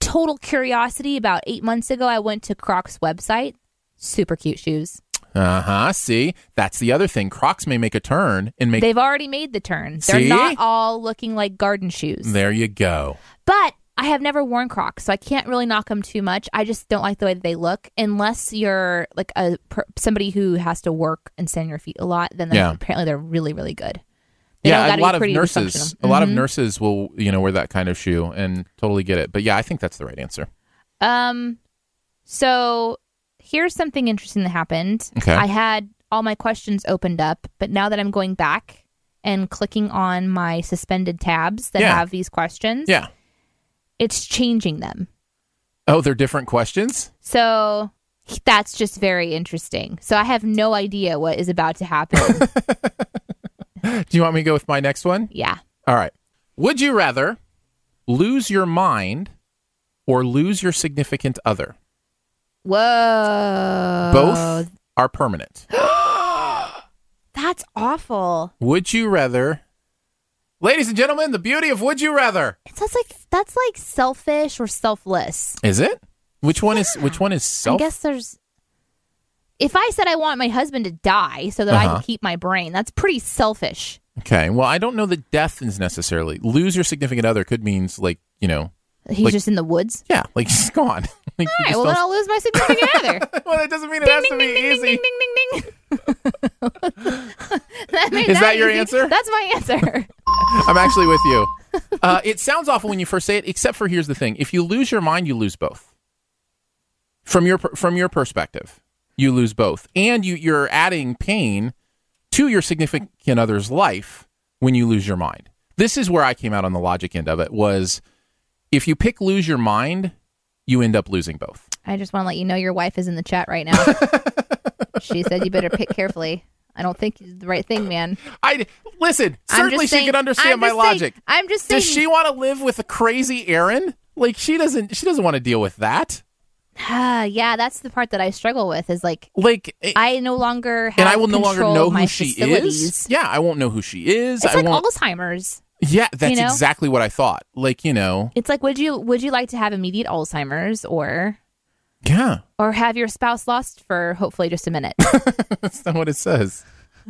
total curiosity about eight months ago i went to crocs website super cute shoes Uh huh. See, that's the other thing. Crocs may make a turn and make. they've already made the turn See? they're not all looking like garden shoes there you go. but i have never worn crocs so i can't really knock them too much i just don't like the way that they look unless you're like a per, somebody who has to work and stand on your feet a lot then they're- Yeah. apparently they're really really good They don't yeah, a gotta be lot of pretty nurses, dysfunctional. a lot of Mhm. nurses will you know wear that kind of shoe and totally get it. But yeah, I think that's the right answer. Um, so here's something interesting that happened. Okay. I had all my questions opened up, but now that I'm going back and clicking on my suspended tabs that Yeah. have these questions, Yeah. it's changing them. Oh, they're different questions. So that's just very interesting. So I have no idea what is about <laughs> to happen. Do you want me to go with my next one? yeah. All right. Would you rather lose your mind or lose your significant other? Whoa. Oh. Both are permanent. That's awful. Would you rather? Ladies and gentlemen, the beauty of Would You Rather. It's that's like that's like selfish or selfless. Is it? Which one is which one is I self? guess there's. If I said I want my husband to die so that I Uh-huh. could keep my brain, that's pretty selfish. okay. Well, I don't know that death is necessarily. Lose your significant other could means like, you know, He's Like- just in the woods. yeah, like <laughs> he's gone. Like, you All right, just well then don't- I'll <laughs> lose my significant other. well, that doesn't mean it Ding has to ding ding be ding, ding easy. ding ding ding ding. <laughs> that made Is that your easy. answer? That's my answer. <laughs> I'm actually with you. <laughs> Uh, it sounds awful when you first say it, except for here's the thing: if you lose your mind, you lose both. From your per- from your perspective, you lose both, and you you're adding pain to your significant other's life when you lose your mind. This is where I came out on the logic end of it was if you pick lose your mind, you end up losing both. <laughs> I just want to let you know your wife is in the chat right now. she said you better pick carefully. I don't think he's the right thing, man. I listen. I'm Certainly, just she saying- can understand I'm my just saying- logic. I'm just saying. Does she want to live with a crazy Aaron? Like she doesn't. She doesn't want to deal with that. Ah, <sighs> yeah, that's the part that I struggle with. Is like Like, I no longer have and I will no longer control know of my who she facilities. is. Yeah, I won't know who she is. It's I like won't. Alzheimer's. yeah, that's know? exactly what I thought. Like you know. It's like would you would you like to have immediate Alzheimer's or Yeah, <laughs> or have your spouse lost for hopefully just a minute? that's not what it says.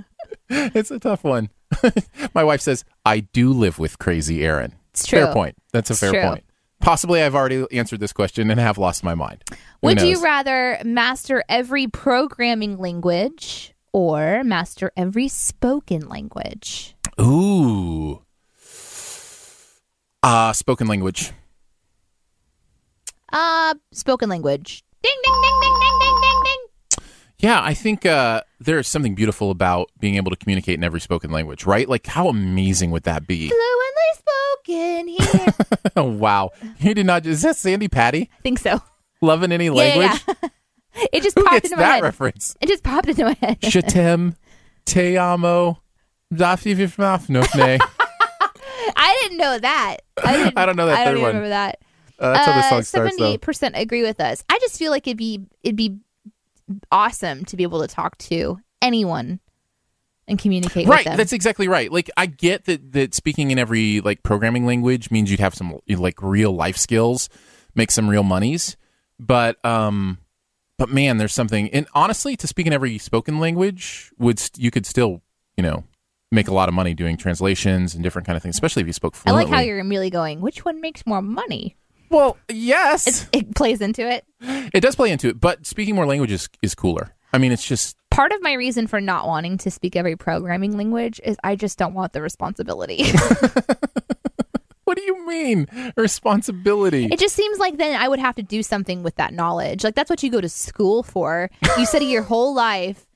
<laughs> it's a tough one. <laughs> my wife says I do live with crazy Aaron. It's Fair true. point. That's a It's fair true. point. Possibly, I've already answered this question and have lost my mind. Who Would you knows? rather master every programming language or master every spoken language? Ooh. Uh, spoken language. Uh, spoken language. Ding ding ding ding ding ding ding ding. Yeah, I think uh, there is something beautiful about being able to communicate in every spoken language, right? Like, how amazing would that be? <laughs> Fluently spoken here. oh, wow. You did not. Is that Sandy Patty? I think so. Loving any Yeah, yeah, language? yeah. it just Who popped gets into my that head. reference? It just popped into my head. Je t'aime, te amo, dafi vifmafnofne. I didn't know that. I, didn't, I don't know that I don't third even one. remember that. Uh, that's how the Uh, song starts, though. 78% agree with us. I just feel like it'd be it'd be awesome to be able to talk to anyone and communicate right with them. that's exactly right like i get that that speaking in every like programming language means you'd have some like real life skills make some real monies but um but man there's something and honestly to speak in every spoken language would st- you could still you know make a lot of money doing translations and different kind of things especially if you spoke I fluently like how you're really going, which one makes more money? well yes It's, it plays into it. it does play into it but speaking more languages is cooler i mean it's just Part of my reason for not wanting to speak every programming language is I just don't want the responsibility. what do you mean responsibility It just seems like then I would have to do something with that knowledge. Like that's what you go to school for. You study your whole life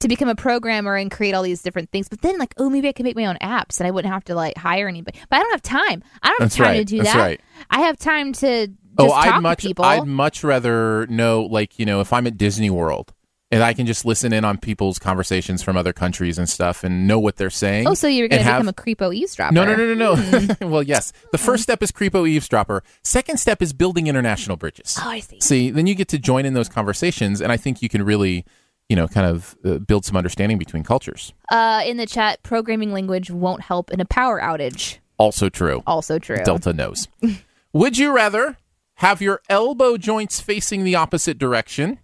to become a programmer and create all these different things. But then like, oh, maybe I could make my own apps and I wouldn't have to like hire anybody. But I don't have time. I don't have That's time right. to do That's that. right. Oh, I have time to just talk I'd much, to people. I'd much rather know, like you know, if I'm at Disney World and I can just listen in on people's conversations from other countries and stuff and know what they're saying. oh, so you're and gonna have- become a Hmm. creepo eavesdropper. no, no, no, no, no. <laughs> well, yes. The first step is creepo eavesdropper. Second step is building international bridges. Oh, I see. See, then you get to join in those conversations, and I think you can really, you know, kind of uh, build some understanding between cultures. Uh, in the chat, programming language won't help in a power outage. Also true. Also true. Delta knows. <laughs> Would you rather have your elbow joints facing the opposite direction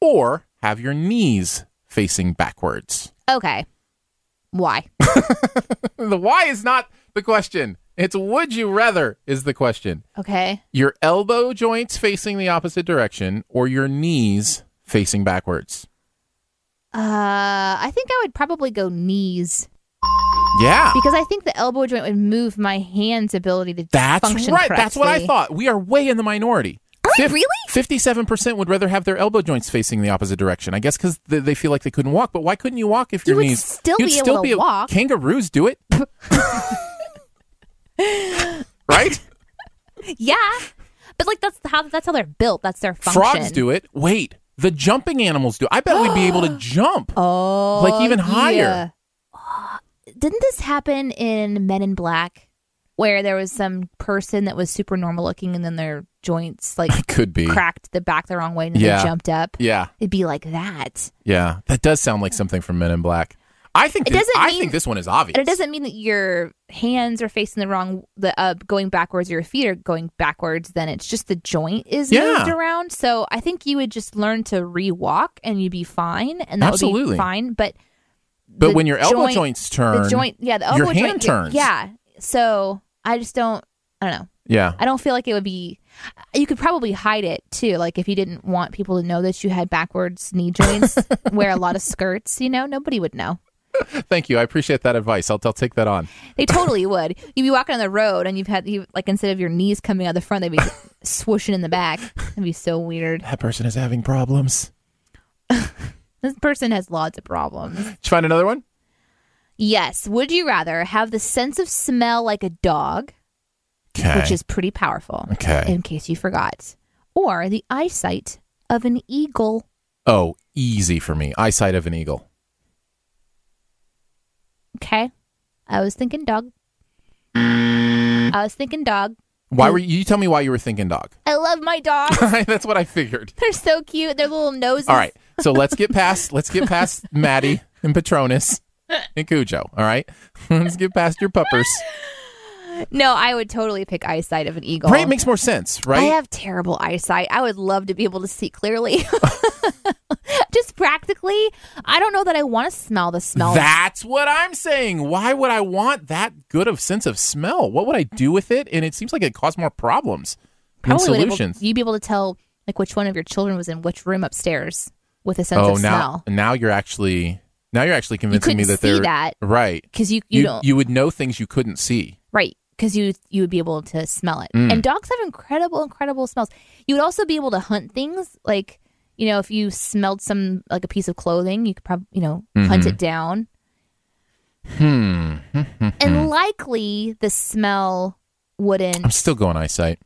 or have your knees facing backwards? <laughs> Okay. Why? The why is not the question. It's would you rather is the question. Okay. Your elbow joints facing the opposite direction or your knees facing backwards? Uh, I think I would probably go knees. Yeah. because I think the elbow joint would move my hand's ability to That's right. function That's what I correctly. thought. We are way in the minority. Fif- really? 57% would rather have their elbow joints facing the opposite direction. I guess because th- they feel like they couldn't walk. But why couldn't you walk if You your would knees? still be able to walk. Kangaroos do <laughs> it. right? Yeah, but like that's how that's how they're built. That's their function. Frogs do it. Wait, the jumping animals do. I bet we'd be able <gasps> to jump. Oh, Like, even higher. yeah. Oh, Didn't this happen in Men in Black, where there was some person that was super normal looking, and then their joints like <laughs> Could be. cracked the back the wrong way, and then Yeah. they jumped up? Yeah, It'd be like that. yeah. That does sound like something from Men in Black. I think. It thi- doesn't I mean- think this one is obvious. And it doesn't mean that your hands are facing the wrong, the uh, going backwards, your feet are going backwards. Then it's just the joint is Yeah. moved around. So I think you would just learn to re-walk and you'd be fine, and that would Absolutely. be fine. But But the when your elbow joint- joints turn, the joint, yeah, the elbow your joint hand turns. yeah. So I just don't, I don't know. yeah, I don't feel like it would be. You could probably hide it too, like if you didn't want people to know that you had backwards knee joints. wear <laughs> a lot of skirts, you know, nobody would know. Thank you. I appreciate that advice. I'll, I'll take that on. They totally would. You'd be walking on the road, and you've had you like instead of your knees coming out the front, they'd be swooshing in the back. That'd be so weird. That person is having problems. This person has lots of problems. Did you find another one? Yes. Would you rather have the sense of smell like a dog, Okay. which is pretty powerful, Okay. in case you forgot, or the eyesight of an eagle? oh, easy for me. Eyesight of an eagle. Okay. I was thinking dog. I was thinking dog. Why were you, you tell me why you were thinking dog? <laughs> I love my dogs. <laughs> That's what I figured. They're so cute. Their little noses. All right. So let's get past let's get <laughs> past Maddie and Patronus and Cujo. All right. <laughs> let's get past your puppers. No, I would totally pick eyesight of an eagle. Right? Makes more sense, right? I have terrible eyesight. I would love to be able to see clearly. <laughs> Just practically, I don't know that I want to smell the smell. That's what I'm saying. Why would I want that good of sense of smell? What would I do with it? And it seems like it caused more problems than would able- solutions. you'd be able to tell like which one of your children was in which room upstairs with a sense oh, of now smell now you're actually now you're actually convincing me couldn't that they're see that. right. because you, you You don't you would know things you couldn't see. right because you you would be able to smell it. Mm. And dogs have incredible incredible smells. You would also be able to hunt things like you know if you smelled some like a piece of clothing, you could probably you know Mm-hmm. hunt it down. Hmm. and likely the smell wouldn't Mm-hmm. I'm still going eyesight.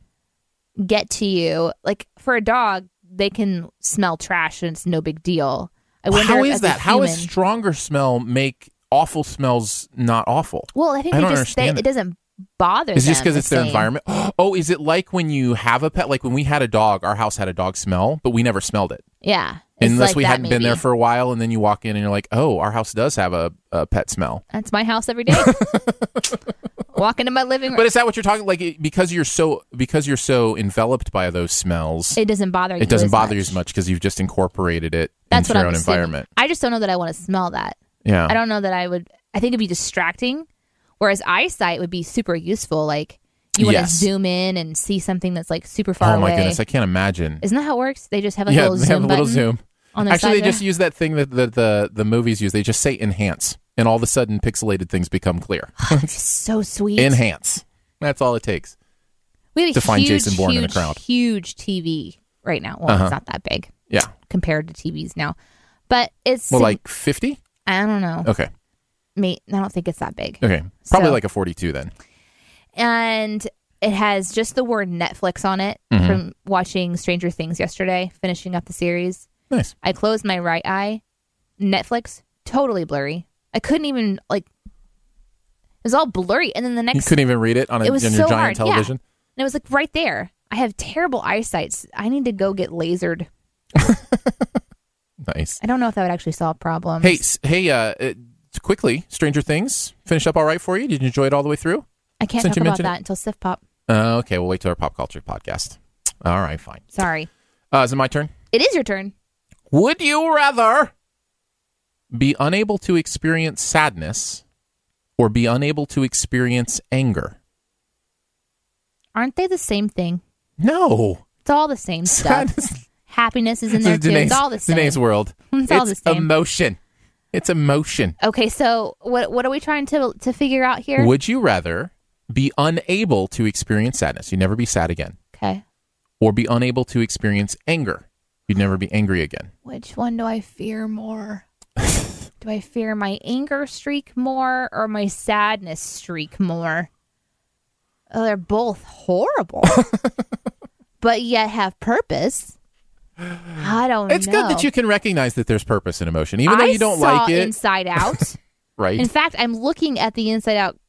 get to you. Like for a dog, they can smell trash and it's no big deal. I wonder How if is as a that? How does human- stronger smell make awful smells not awful? well, I think I they don't just they, understand it. it. doesn't bother. Is it just them because the it's their same. environment? <gasps> Oh, is it like when you have a pet? Like when we had a dog, our house had a dog smell, but we never smelled it. Yeah, It's Unless like we that, hadn't been there maybe. for a while, and then you walk in and you're like, "Oh, our house does have a, a pet smell." That's my house every day. <laughs> Walk into my living room. But is that what you're talking? Like it- because you're so because you're so enveloped by those smells, it, it doesn't bother you. doesn't as bother much. you as much because you've just incorporated it That's into what your I'm own assuming. environment. Oh. I just don't know that I want to smell that. Yeah, I don't know that I would. I think it'd be distracting. Whereas eyesight would be super useful. Like you want to Yes. zoom in and see something that's like super far Oh my away. goodness, I can't imagine. Isn't that how it works? They just have like a yeah, little they zoom have a little button zoom. on the Actually, side they there? just use that thing that the, the the movies use. They just say enhance, and all of a sudden, pixelated things become clear. so sweet. enhance. That's all it takes. we had a to find huge, Jason Bourne in huge, the crowd. Uh-huh. Huge TV right now. Well, it's not that big Yeah. compared to TVs now, but it's Well, like uh, 50? I don't know. Okay. Mate, I don't think it's that big. Okay. Probably So- like a 42 then. and it has just the word Netflix on it Mm-hmm. from watching Stranger Things yesterday, finishing up the series. Nice. I closed my right eye, Netflix, totally blurry. I couldn't even like it was all blurry and then the You next couldn't even read it on, a, it was on your so giant hard. television. Yeah. And it was like right there. I have terrible eyesight. I need to go get lasered. Nice. I don't know if that would actually solve problems. Hey, s- hey, uh, uh, quickly, Stranger Things finished up all right for you? Did you enjoy it all the way through? I can't since talk you about mentioned that until Sif Pop. Uh, okay. We'll wait till our pop culture podcast. All right. Fine. Sorry. Uh, is it my turn? It is your turn. Would you rather be unable to experience sadness or be unable to experience anger? Aren't they the same thing? No. It's all <laughs> the same stuff. Sadness Happiness is <laughs> in there This too. is It's all the same. Danae's world. <laughs> It's all the same. emotion. It's emotion. Okay, so what what are we trying to to figure out here? Would you rather be unable to experience sadness? You'd never be sad again. okay, Or be unable to experience anger? You'd never be angry again. which one do I <laughs> fear more? do I fear my anger streak more or my sadness streak more? Oh, they're <laughs> both horrible, but yet have purpose. I don't. It's know. good that you can recognize that there's purpose in emotion, even though Oh, I you don't saw like it. Inside Out. <laughs> right? In fact, I'm looking at the Inside Out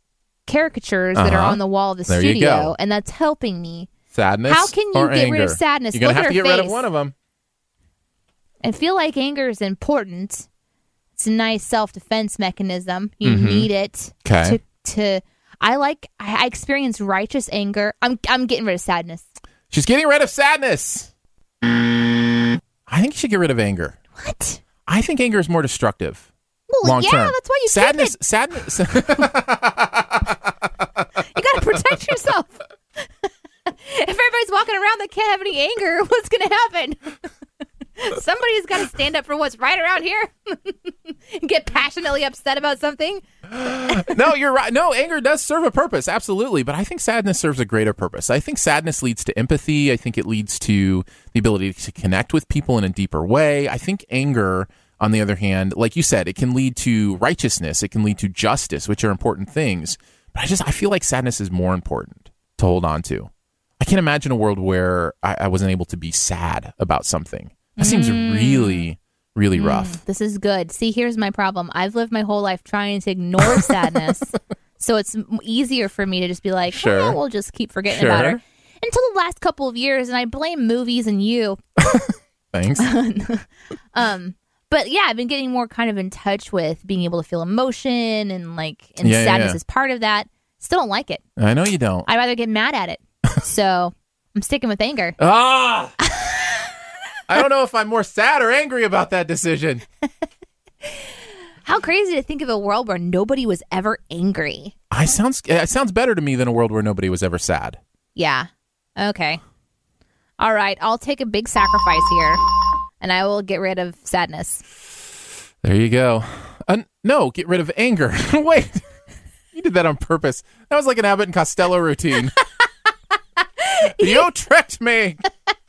caricatures that are Uh-huh. on the wall of the There you studio, go. and that's helping me. sadness. how can you or get rid of anger? sadness? You're gonna Look have at to her get rid of face. one of them. I feel like anger is important. It's a nice self defense mechanism. You Mm-hmm. need it 'Kay. to to. I like. I I experience righteous anger. I'm I'm getting rid of sadness. She's getting rid of sadness. I think you should get rid of anger. What? I think anger is more destructive. Well, long yeah, term. that's why you sadness. Sadness. You <laughs> gotta protect yourself. <laughs> if everybody's walking around that can't have any anger, <laughs> what's gonna happen? Somebody's got to stand up for what's right around here. <laughs> and Get passionately upset about something. no, you're right. No, anger does serve a purpose, absolutely. But I think sadness serves a greater purpose. I think sadness leads to empathy. I think it leads to the ability to connect with people in a deeper way. I think anger, on the other hand, like you said, it can lead to righteousness. It can lead to justice, which are important things. But I just I feel like sadness is more important to hold on to. I can't imagine a world where I, I wasn't able to be sad about something. That seems really, Really rough. This is good. See, here's my problem. I've lived my whole life trying <laughs> to ignore sadness. so it's m- easier for me to just be like, Sure. sure. we'll just keep forgetting about Sure. her. Until the last couple of years, and I blame movies and you. Thanks. Um, but yeah, I've been getting more kind of in touch with being able to feel emotion and like, and Yeah, yeah, sadness yeah. is part of that. Still don't like it. I know you don't. I'd rather get mad <laughs> at it. so I'm sticking with anger. Ah! <laughs> I don't know if I'm more sad or angry about that decision. How crazy to think of a world where nobody was ever angry. I sounds it sounds better to me than a world where nobody was ever sad. Yeah. Okay. All right. I'll take a big sacrifice here and I will get rid of sadness. There you go. Uh, no, get rid of anger. <laughs> Wait, you did that on purpose. That was like an Abbott and Costello routine. you tricked me.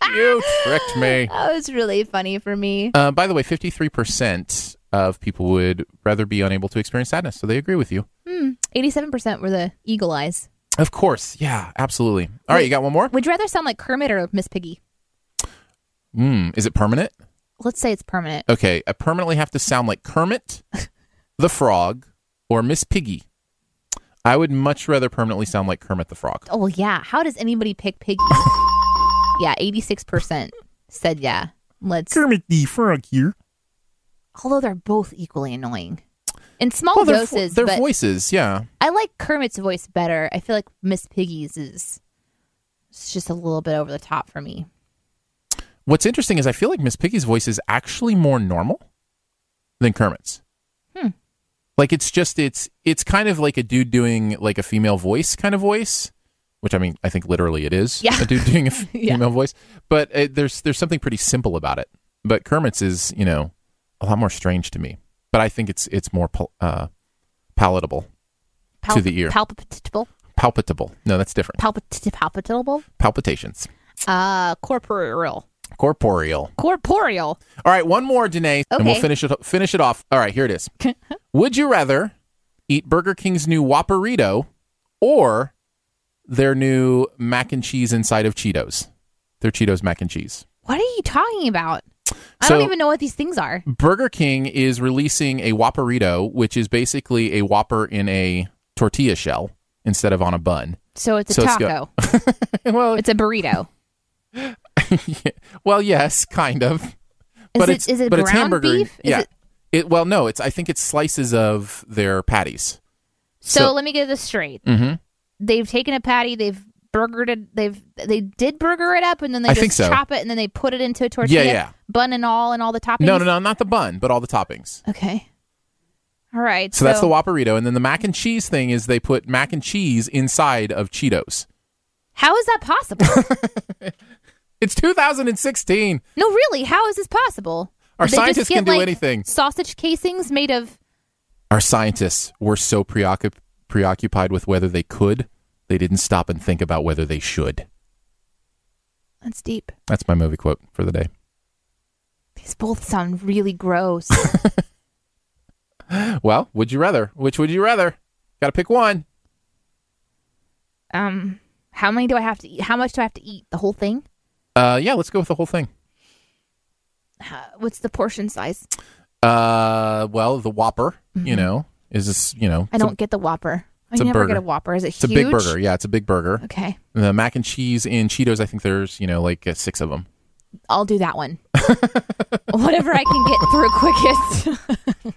You tricked me. That was really funny for me. Uh, by the way, fifty-three percent of people would rather be unable to experience sadness, so they agree with you. 87% were the eagle eyes. Of course, yeah, absolutely. All right, you got one more. Would you rather sound like Kermit or Miss Piggy? Mm, is it permanent? Let's say it's permanent. Okay, I permanently have to sound like <laughs> Kermit, the Frog, or Miss Piggy. I would much rather permanently sound like Kermit the Frog. Oh, yeah. How does anybody pick Piggy? <laughs> yeah. 86% said yeah. Let's. Kermit the Frog here. Although they're both equally annoying. In small Well, their, vo- doses, their but voices, yeah. I like Kermit's voice better. I feel like Miss Piggy's is it's just a little bit over the top for me. What's interesting is I feel like Miss Piggy's voice is actually more normal than Kermit's. Hmm. Like it's just it's it's kind of like a dude doing like a female voice kind of voice, which I mean I think literally it is Yeah. a dude doing a <laughs> f- Yeah. female voice. But uh there's there's something pretty simple about it. But Kermit's is you know a lot more strange to me. But I think it's it's more pal- uh, palatable, Palp- To the ear. Palpitable. palpitable. No, that's different. Palpit- palpitable. Palpitations, Uh, corporeal. corporeal. Corporeal. All right, one more, Danae, and we'll Okay. finish it finish it off. All right, here it <laughs> is. Would you rather eat Burger King's new Whopperito or their new mac and cheese inside of Cheetos? Their Cheetos mac and cheese. What are you talking about? I don't So- even know what these things are. Burger King is releasing a Whopperito, which is basically a Whopper in a tortilla shell instead of on a bun. <laughs> So it's a So it's taco. well, It's <laughs> a burrito. well, yes, kind of. Is but it- it's is it but it's ground hamburger. beef? Is Yeah. it- It- well, no, it's I think it's slices of their patties. So, So- let me get this straight. Mm-hmm. They've taken a patty. They've burgered it. They've they did burger it up, and then they I just think so. chop it, and then they put it into a tortilla yeah. bun and all, and all the toppings. No, no, no, not the bun, but all the toppings. Okay. All right. So, that's the Whopperito. And then the mac and cheese thing is they put mac and cheese inside of Cheetos. How is that <laughs> possible? It's 2016. no, really. How is this possible? Our Did they just scientists get, can do like, anything. Sausage casings made of Our scientists were so preoccup- preoccupied with whether they could, they didn't stop and think about whether they should. that's deep. That's my movie quote for the day. These both sound <laughs> really gross. Well, would you rather? Which would you rather? Got to pick one. um, how many do I have to eat? How much do I have to eat? The whole thing? Uh, yeah, let's go with the whole thing. Uh, what's the portion size? Uh, well, the Whopper, you know, is this, you know, Mm-hmm. I it's a- don't get the Whopper. I it's a never burger. get a Whopper. Is it it's a big huge? burger. Yeah, it's a big burger. Okay, The mac and cheese and Cheetos, I think there's, you know, like uh, six of them. I'll do <laughs> that one. Whatever I can get through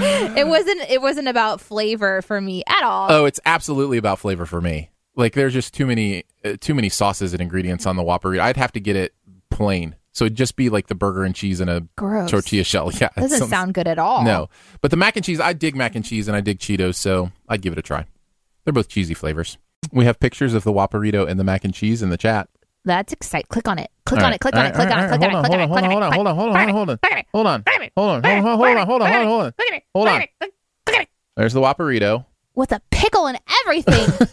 quickest. <laughs> it wasn't. It wasn't about flavor for me at all. Oh, it's absolutely about flavor for me. Like there's just too many uh, too many sauces and ingredients on the Whopper. I'd have to get it plain. So it'd just be like the burger and cheese in a Gross. tortilla shell. Yeah. it Doesn't sounds- sound good at all. No. But the mac and cheese, I dig mac and cheese and I dig Cheetos, so I'd give it a try. They're both cheesy flavors. We have pictures of the Whopperito and the mac and cheese in the chat. That's exciting. Click on it. Click All on right, it. Click all on right, it. Click all on right, it. Click on it. all Click on it. right, Click on it. Hold on, hold on, hold on, Click it, hold on, click it, hold on, hold on, hold on, hold on, hold on, hold on, hold on. Click it. Hold on. Click it. Click it. There's the Whopperito. With a pickle and <laughs> everything.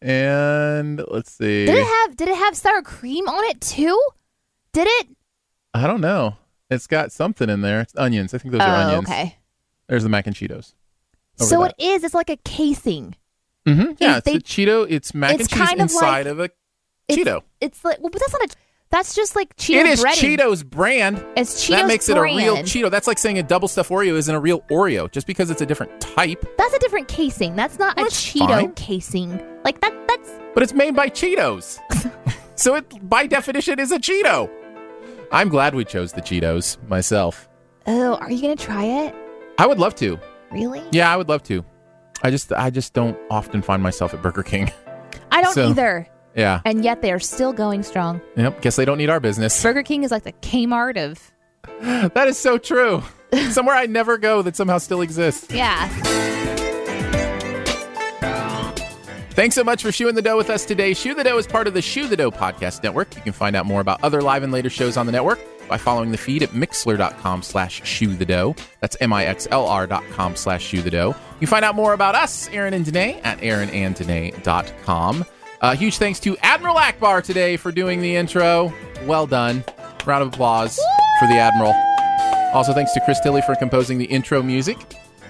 And let's see. did it have did it have sour cream on it too? Did it? I don't know. It's got something in there. It's onions. I think those are Oh, onions. okay. There's the mac and Cheetos. Over So that. it is. It's like a casing. Mhm. Yeah, it's they- a Cheeto. It's mac it's and cheese kind of inside like- like- of a It's- Cheeto. It's like well, but that's not a That's just like Cheeto it is breading. Cheetos brand. It's Cheetos that makes it a real brand. Cheeto. That's like saying a double stuffed Oreo isn't a real Oreo just because it's a different type, That's a different casing. That's not a That's Cheeto fine. casing. Like that. That's but it's made by <laughs> Cheetos. so it, by definition, is a Cheeto. I'm glad we chose the Cheetos myself. oh, are you gonna try it? I would love to. Really? Yeah, I would love to. I just, I just don't often find myself at Burger King. I don't So- either. yeah. And yet they are still going strong. Yep. Guess they don't need our business. <laughs> Burger King is like the Kmart of That is so true. Somewhere I never go that somehow still exists. yeah. Thanks so much for shoeing the dough with us today. Shoe the dough is part of the Shoe the Dough podcast network. You can find out more about other live and later shows on the network by following the feed at mixler.com slash shoe the dough. That's M-I-X-L-R dot com slash shoe the dough. You can find out more about us, Aaron and Danae, at aaronandanae.com. Uh, huge thanks to Admiral Akbar today for doing the intro. Well done. Round of applause for the Admiral. Also, thanks to Chris Tilley for composing the intro music.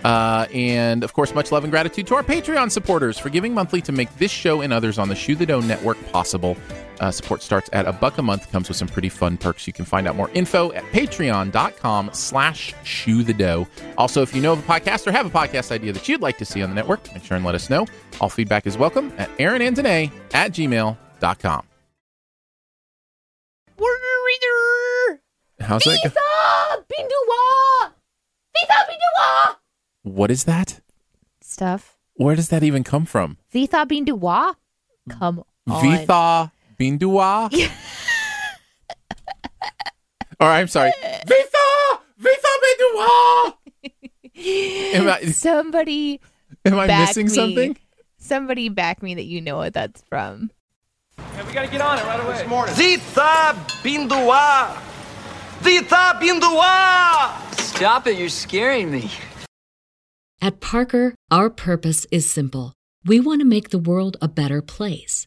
Uh, and of course, much love and gratitude to our Patreon supporters for giving monthly to make this show and others on the Shoe the Dough Network possible. Uh, support starts at a buck a month, comes with some pretty fun perks. You can find out more info at patreon.com slash shoe the dough. Also, if you know of a podcast or have a podcast idea that you'd like to see on the network, make sure and let us know. All feedback is welcome at aaronandanae at gmail.com. Burger How's that? go- Visa Bindua. Visa Bindua. What is that? Stuff. Where does that even come from? Visa Bindua. Come on. <gasps> Vitha Bindua. <laughs> or I'm sorry. Vitha! Vitha Bindua! am I, Somebody am I back missing me. something? Somebody back me that you know what that's from. Yeah, we gotta get on it right away. Zita Bindua! Zita Bindua! Stop it, you're scaring me. At Parker, our purpose is simple. We want to make the world a better place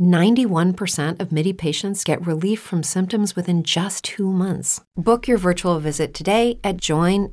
91% of MIDI patients get relief from symptoms within just two months. Book your virtual visit today at joinmidi.com.